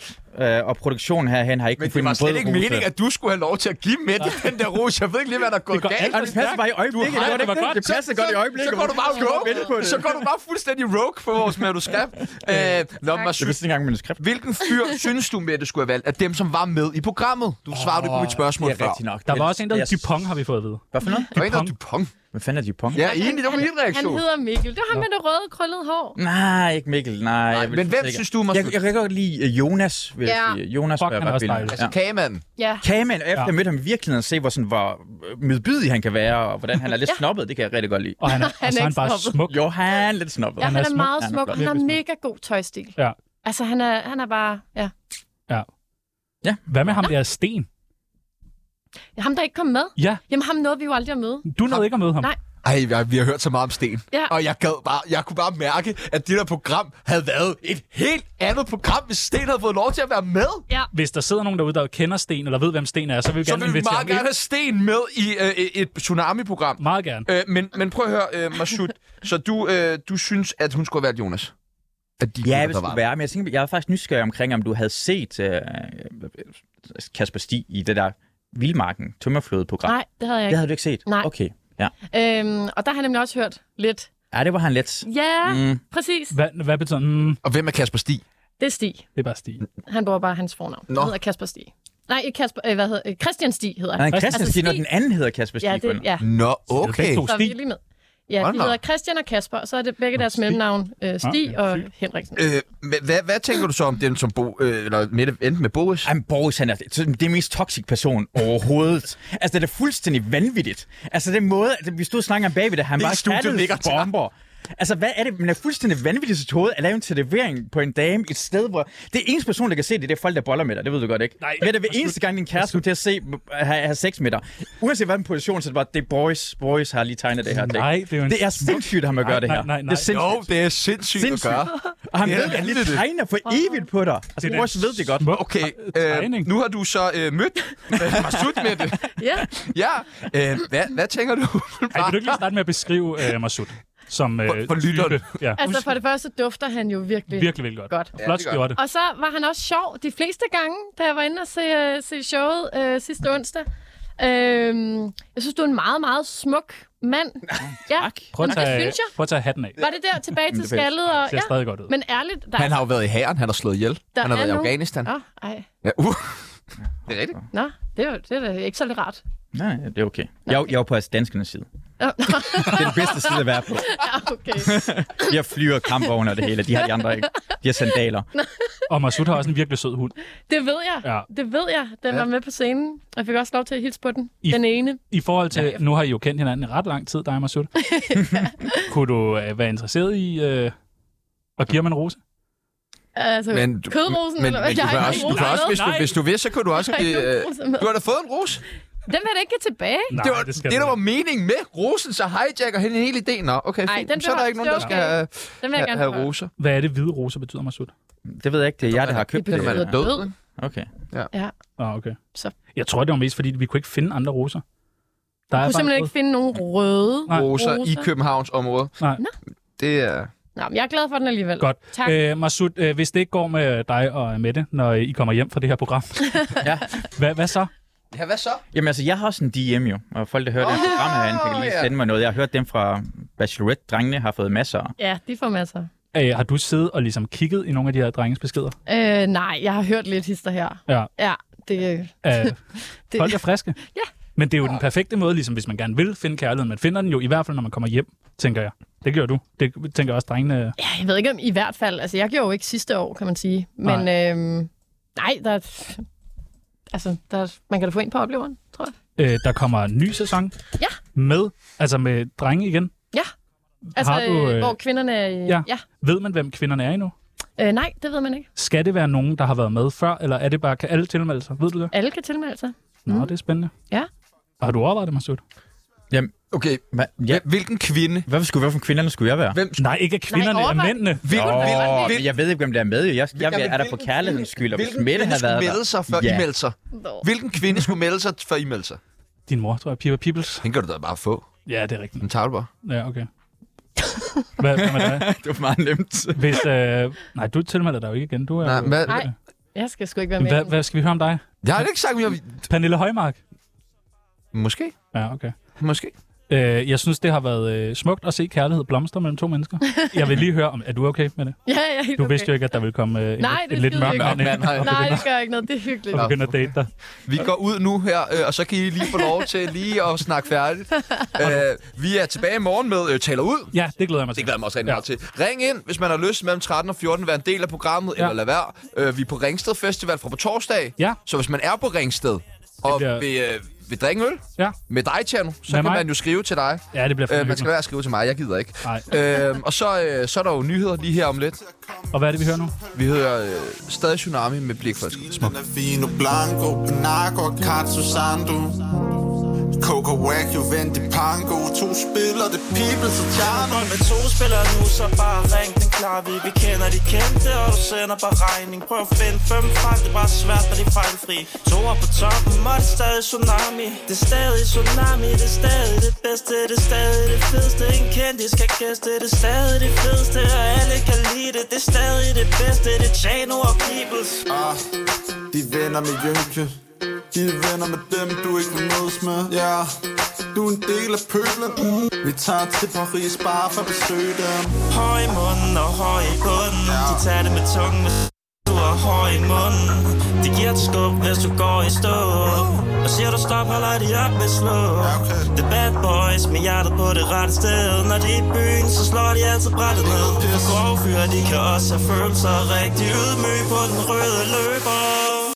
Øh, og produktionen herhen har ikke
Men
kunnet
det
finde
var
en
slet
rød
ikke
rose.
meningen, at du skulle have lov til at give Mette den der rose. Jeg ved ikke lige, hvad der er gået
går
galt.
alt for Det passer stærkt. bare i øjeblikket.
Du har-
Det var det ikke. Det passer godt i øjeblikket.
Så går du bare
Hvorfor skulle man vente på
rogue.
det?
Så går du bare fuldstændig rogue på vores manuskript. Øh, Nå, Masud,
Jeg vidste ikke engang manuskript.
Hvilken fyr synes du, Mette skulle have valgt af dem, som var med i programmet? Du svarede ikke på mit spørgsmål
det er
før.
rigtigt nok.
Der var også en, der hed Dupont, har vi fået at vide.
Hvad for noget?
Der var en, der hed Dupont.
Hvad fanden er Dupont?
Ja, egentlig, det var min
Han
reaktion.
hedder Mikkel. Det var ham med det røde, krøllede hår.
Nej, ikke Mikkel. Nej, jeg vil
men hvem
ikke.
synes du, Mads?
Jeg, jeg kan godt lide øh, Jonas. Vil
Ja.
ja. sige. Jonas
Fuck,
var
han er
ret
også
vild.
dejlig. Altså, kagemanden.
Ja.
Kageman, og efter
Ja.
jeg mødte ham i virkeligheden, og se, hvor, sådan, hvor øh, medbydig han kan være, og hvordan han er lidt
Ja.
snobbet, det kan jeg rigtig godt lide.
Og han er-
Han er og så er ikke han bare snobbet.
smuk.
Jo, han er lidt snobbet.
Ja, han, er, meget smuk.
flot.
Han har mega god tøjstil.
Ja.
Altså, han er, han er bare... Ja.
Ja.
ja.
Hvad med ham der Sten?
Ham, der ikke kom med.
Ja.
Jamen, ham nåede vi jo aldrig at møde.
Du nåede ikke at møde ham.
Nej.
Ej, jeg, vi har hørt så meget om Sten.
Ja.
Og jeg, gad bare, jeg kunne bare mærke, at det der program havde været et helt andet program, hvis Sten havde fået lov til at være med.
Ja.
Hvis der sidder nogen derude, der kender Sten, eller ved, hvem Sten er, så vil vi
Så
gerne
vil vi
invitere
meget gerne
ham
have Sten med i øh, et tsunami-program.
Meget gerne.
Øh, men, men prøv at høre, øh, Masud. så du, øh, du synes, at hun skulle have været Jonas? At de
Ja,
gutter,
hvis
der
det
var
skulle være, men jeg, tænker, jeg er faktisk nysgerrig omkring, om du havde set øh, Kasper Stig i det der Vildmarken Tømmerflåde-program.
Nej, det havde jeg ikke.
Det havde du ikke set?
Nej.
Okay, ja.
Øhm, og der har jeg nemlig også hørt lidt.
Ja, det var han let.
Ja,
Mm.
mm. præcis.
Hvad, hvad betyder mm.
Og hvem er Kasper Stig?
Det er Stig.
Det er bare Stig.
Han bruger bare hans fornavn.
Nå.
Han hedder Kasper Stig. Nej, ikke Kasper, øh, hvad hedder, øh, Christian Stig hedder
Han er Christian Stig, når
Stig-
den anden hedder Kasper Stig.
Altså, Ja, det, ja.
Nå,
Så er vi lige med. Ja,
Hold
de
da op.
hedder Christian og Kasper, og så er det begge deres mellemnavn øh, Stig og Henriksen.
Øh, hva- hvad, hvad tænker du så om dem, som Bo, øh, eller Mette endte med Boris?
Jamen, Boris, han er sådan den mest toxic person overhovedet. altså, det er vanvittigt. vanvittigt. Altså, den måde, at vi stod og snakkede om bagved det, han
Hele
bare
studiet ligger til ham.
bomber. Altså, hvad er det? Man er fuldstændig vanvittigt til hovedet at lave en tatovering på en dame et sted, hvor... Det er eneste person, der kan se det, det er folk, der boller med dig. Det ved du godt, ikke? Nej. Hvad er det ved eneste gang, din kæreste skulle til at se, øh, have, have sex med dig? Uanset hvad den position, så er det bare, det er Boris. Boris har lige tegnet det her.
Nej, det er jo en
Det er
smuk-
sindssygt, at ham at gøre
Nej,
det her.
nej, nej, nej.
Det er sindssygt.
Jo, det er sindssygt,
Sindssygt.
at gøre.
Og han
Det er
ved, det, han
vanvittigt.
tegner for evigt på dig. Altså,
Det er
Morris
da
ved det godt.
Okay, øh, nu har du så øh, mødt øh, Masud med det.
Ja. altså,
ja. Øh, hvad, hvad tænker du?
Ej, vil du ikke lige starte med at beskrive øh, Masud som øh, for, for lytteren. Ja.
Altså for det første dufter han jo virkelig,
Virkelig, virkelig godt.
godt.
Flot ja, skjorte.
Og så var han også sjov de fleste gange, da jeg var inde og se, øh, se showet øh, sidste onsdag. Øhm, jeg synes, du er en meget, meget smuk mand. Ja,
Prøv at
Jamen, det
tage,
synes jeg.
prøv at tage hatten af.
Var det der tilbage
Men
til
det er fedt.
skaldet? Og,
Det ser stadig godt ud.
Men ærligt, der,
Han har jo været i hæren, han har slået ihjel.
der
han har været i
nogen-
Afghanistan.
Åh, ej.
Ja, uh. Det er rigtigt.
Nå, det er, jo, det er da ikke så lidt rart.
Nej, det er okay. Jeg, er jo- jeg er jo på danskernes side.
Nå.
Det er den bedste side at være på.
ja, okay.
Jeg flyver kampvogne og det hele. De har de andre ikke. De har sandaler.
Og Masud har også en virkelig sød hund.
Det ved jeg.
Ja.
Det ved jeg. Den ja.
Ja.
var med på scenen. og Jeg fik også lov til at hilse på den.
I-
den ene.
I forhold til, ja. nu har I jo kendt hinanden i ret lang tid, dig og Masud. Kunne du øh, være interesseret i øh, at give ham en rose?
Altså, men, kødrosen, eller hvad? Jeg har ikke nogen rose med.
vidste, så kunne Øh, du
Jeg har ikke nogen rose med.
da fået en rose.
Den vil jeg da ikke give tilbage.
Nej, det var det, det der var meningen med rosen, så hijacker han en hel idé. Nå, okay,
Ej,
fint.
den
så er der
beholder-
ikke nogen, der
det er
skal
okay.
have,
Den vil jeg gerne
have
beholde.
roser.
Hvad er det, hvide roser betyder, Masud?
Det ved jeg ikke. Det er jeg, der har købt
Det
det.
betyder død.
Okay.
Ja.
ja.
Ah, okay.
Så.
Jeg tror, det var mest, fordi vi kunne ikke finde andre roser. Der
Jeg kunne
bare en
simpelthen
rød.
ikke finde nogen røde
Nej.
Roser i Københavns område.
Nej.
Det er...
Nå, men jeg er glad for den alligevel.
Godt.
Tak.
Øh, Masud, øh, hvis det ikke går med dig og Mette, når I kommer hjem fra det her program,
ja.
hvad, hvad så?
Ja, hvad så?
Jamen altså, jeg har også en DM jo, og folk, der hører oh, det her program herinde, kan lige
ja.
sende mig noget. Jeg har hørt dem fra Bachelorette-drengene, har fået masser.
Ja, de får masser.
Øh, har du siddet og ligesom kigget i nogle af de her drenges beskeder?
Øh, nej, jeg har hørt lidt hister her.
Ja.
Ja, det...
Øh,
Det-
folk er friske. ja. Men det er jo den perfekte måde, ligesom hvis man gerne vil finde kærligheden. Man finder den jo i hvert fald, når man kommer hjem, tænker jeg. Det gør du. Det tænker jeg også drengene.
Ja, jeg ved ikke om i hvert fald. Altså, jeg gjorde jo ikke sidste år, kan man sige. Men nej, øhm, nej der... er- Altså, der, er- man kan da få en på opleveren, tror jeg.
Øh, der kommer en ny sæson
Ja.
med, altså med drenge igen.
Ja. Altså,
Har du, øh,
hvor kvinderne er... i-
Ja.
ja.
Ved man, hvem kvinderne er endnu?
Øh, nej, det ved man ikke.
Skal det være nogen, der har været med før, eller er det bare, kan alle tilmelde sig? Ved du det?
Alle kan tilmelde sig.
Nå, det er spændende.
Ja.
Og har du overvejet det, Masud?
Jamen,
okay.
Ja.
Hvilken kvinde?
Hvorfor skulle, hvorfor kvinderne skulle jeg være?
Hvem
Nej, ikke af kvinderne, af
overvej-
mændene.
Hvilken,
Nå.
Åh, men jeg ved ikke, hvem der er med. jo. Jeg, jeg, jeg
Jamen,
er der for
hvilken
kærlighedens skyld, og hvis
Hvilken
Mette
kvinde
havde
skulle
været der...
melde sig, før I meldte sig? Hvilken kvinde skulle melde sig, før I meldte sig?
Din mor, tror jeg, Piper Peoples.
Den kan du da bare få.
Ja, det er rigtigt.
Den tager du bare.
Ja, okay. Hvad, hvad med dig?
det var meget nemt.
Hvis, øh, nej, du tilmelder dig jo ikke igen. Du er
Nej,
jo-
hvad-
Nej, jeg skal sgu ikke være med.
Hvad, hvad skal vi høre om dig?
Jeg har ikke sagt, jeg...
Pernille Højmark?
Måske.
Ja, okay.
Måske.
Øh, jeg synes, det har været øh, smukt at se kærlighed blomstre mellem to mennesker. Jeg vil lige høre, om er du okay med det?
Ja, jeg er helt
Du
okay.
vidste jo ikke, at der ville komme øh, en,
Nej, det
en
er
lidt
skide
mørk mand
hyggeligt.
ind og
Nej,
begynder-
det gør ikke noget. Det er hyggeligt.
og begynder at date dig.
Vi går ud nu her, øh, og så kan I lige få lov til lige at snakke færdigt. Øh, vi er tilbage i morgen med øh, Taler Ud.
Ja, det glæder jeg mig til.
Det glæder jeg mig også rigtig meget til. Ring ind, hvis man har lyst mellem 13 og 14 være en del af programmet, ja. eller lad være. Øh, vi er på Ringsted Festival fra på torsdag.
Ja.
Så hvis man er på Ringsted og
bliver-
vil, øh, vil drikke øl
Ja.
med dig, Tjerno, så
Med
kan
mig?
man jo skrive til dig.
Ja, det bliver fandme
øh, Man skal
hyggeligt.
være at skrive til mig, jeg gider ikke.
Nej.
Øh, og så, øh, så er der jo nyheder lige her om lidt.
Og hvad er det, vi hører nu?
Vi hører øh, stadig Tsunami med Blikfolket.
Den er fino blanco, Panago, Katsu Sandu Coco Wack, Juventus, Pango To spiller det people, så Tjerno
Med to spillere nu, så bare ring den klar Vi vi kender de kendte, og du sender bare regning Prøv at finde fem frem, det er bare svært, når de er fejlfri To er på toppen, og det er stadig tsunami Det er stadig tsunami, det er stadig det bedste Det er stadig det fedeste, en kendis skal gæste Det er stadig det fedeste, og alle kan lide det Det er stadig det bedste, det er Chano og Peoples
ah, De er venner med Jynke De er venner med dem, du ikke vil mødes med Ja, yeah. du er en del af pøblen Vi tager til Paris bare for at besøge dem
Høj i munden og høj i bunden De tager det med tungen, hvis du er høj i munden Det giver dig skub, hvis du går i stå Og siger du stop, holder de op med slå The bad boys med hjertet på det rette sted Når de er i byen, så slår de altid brættet ned For grove fyre, de kan også have følelser Rigtig ydmyge på den røde løber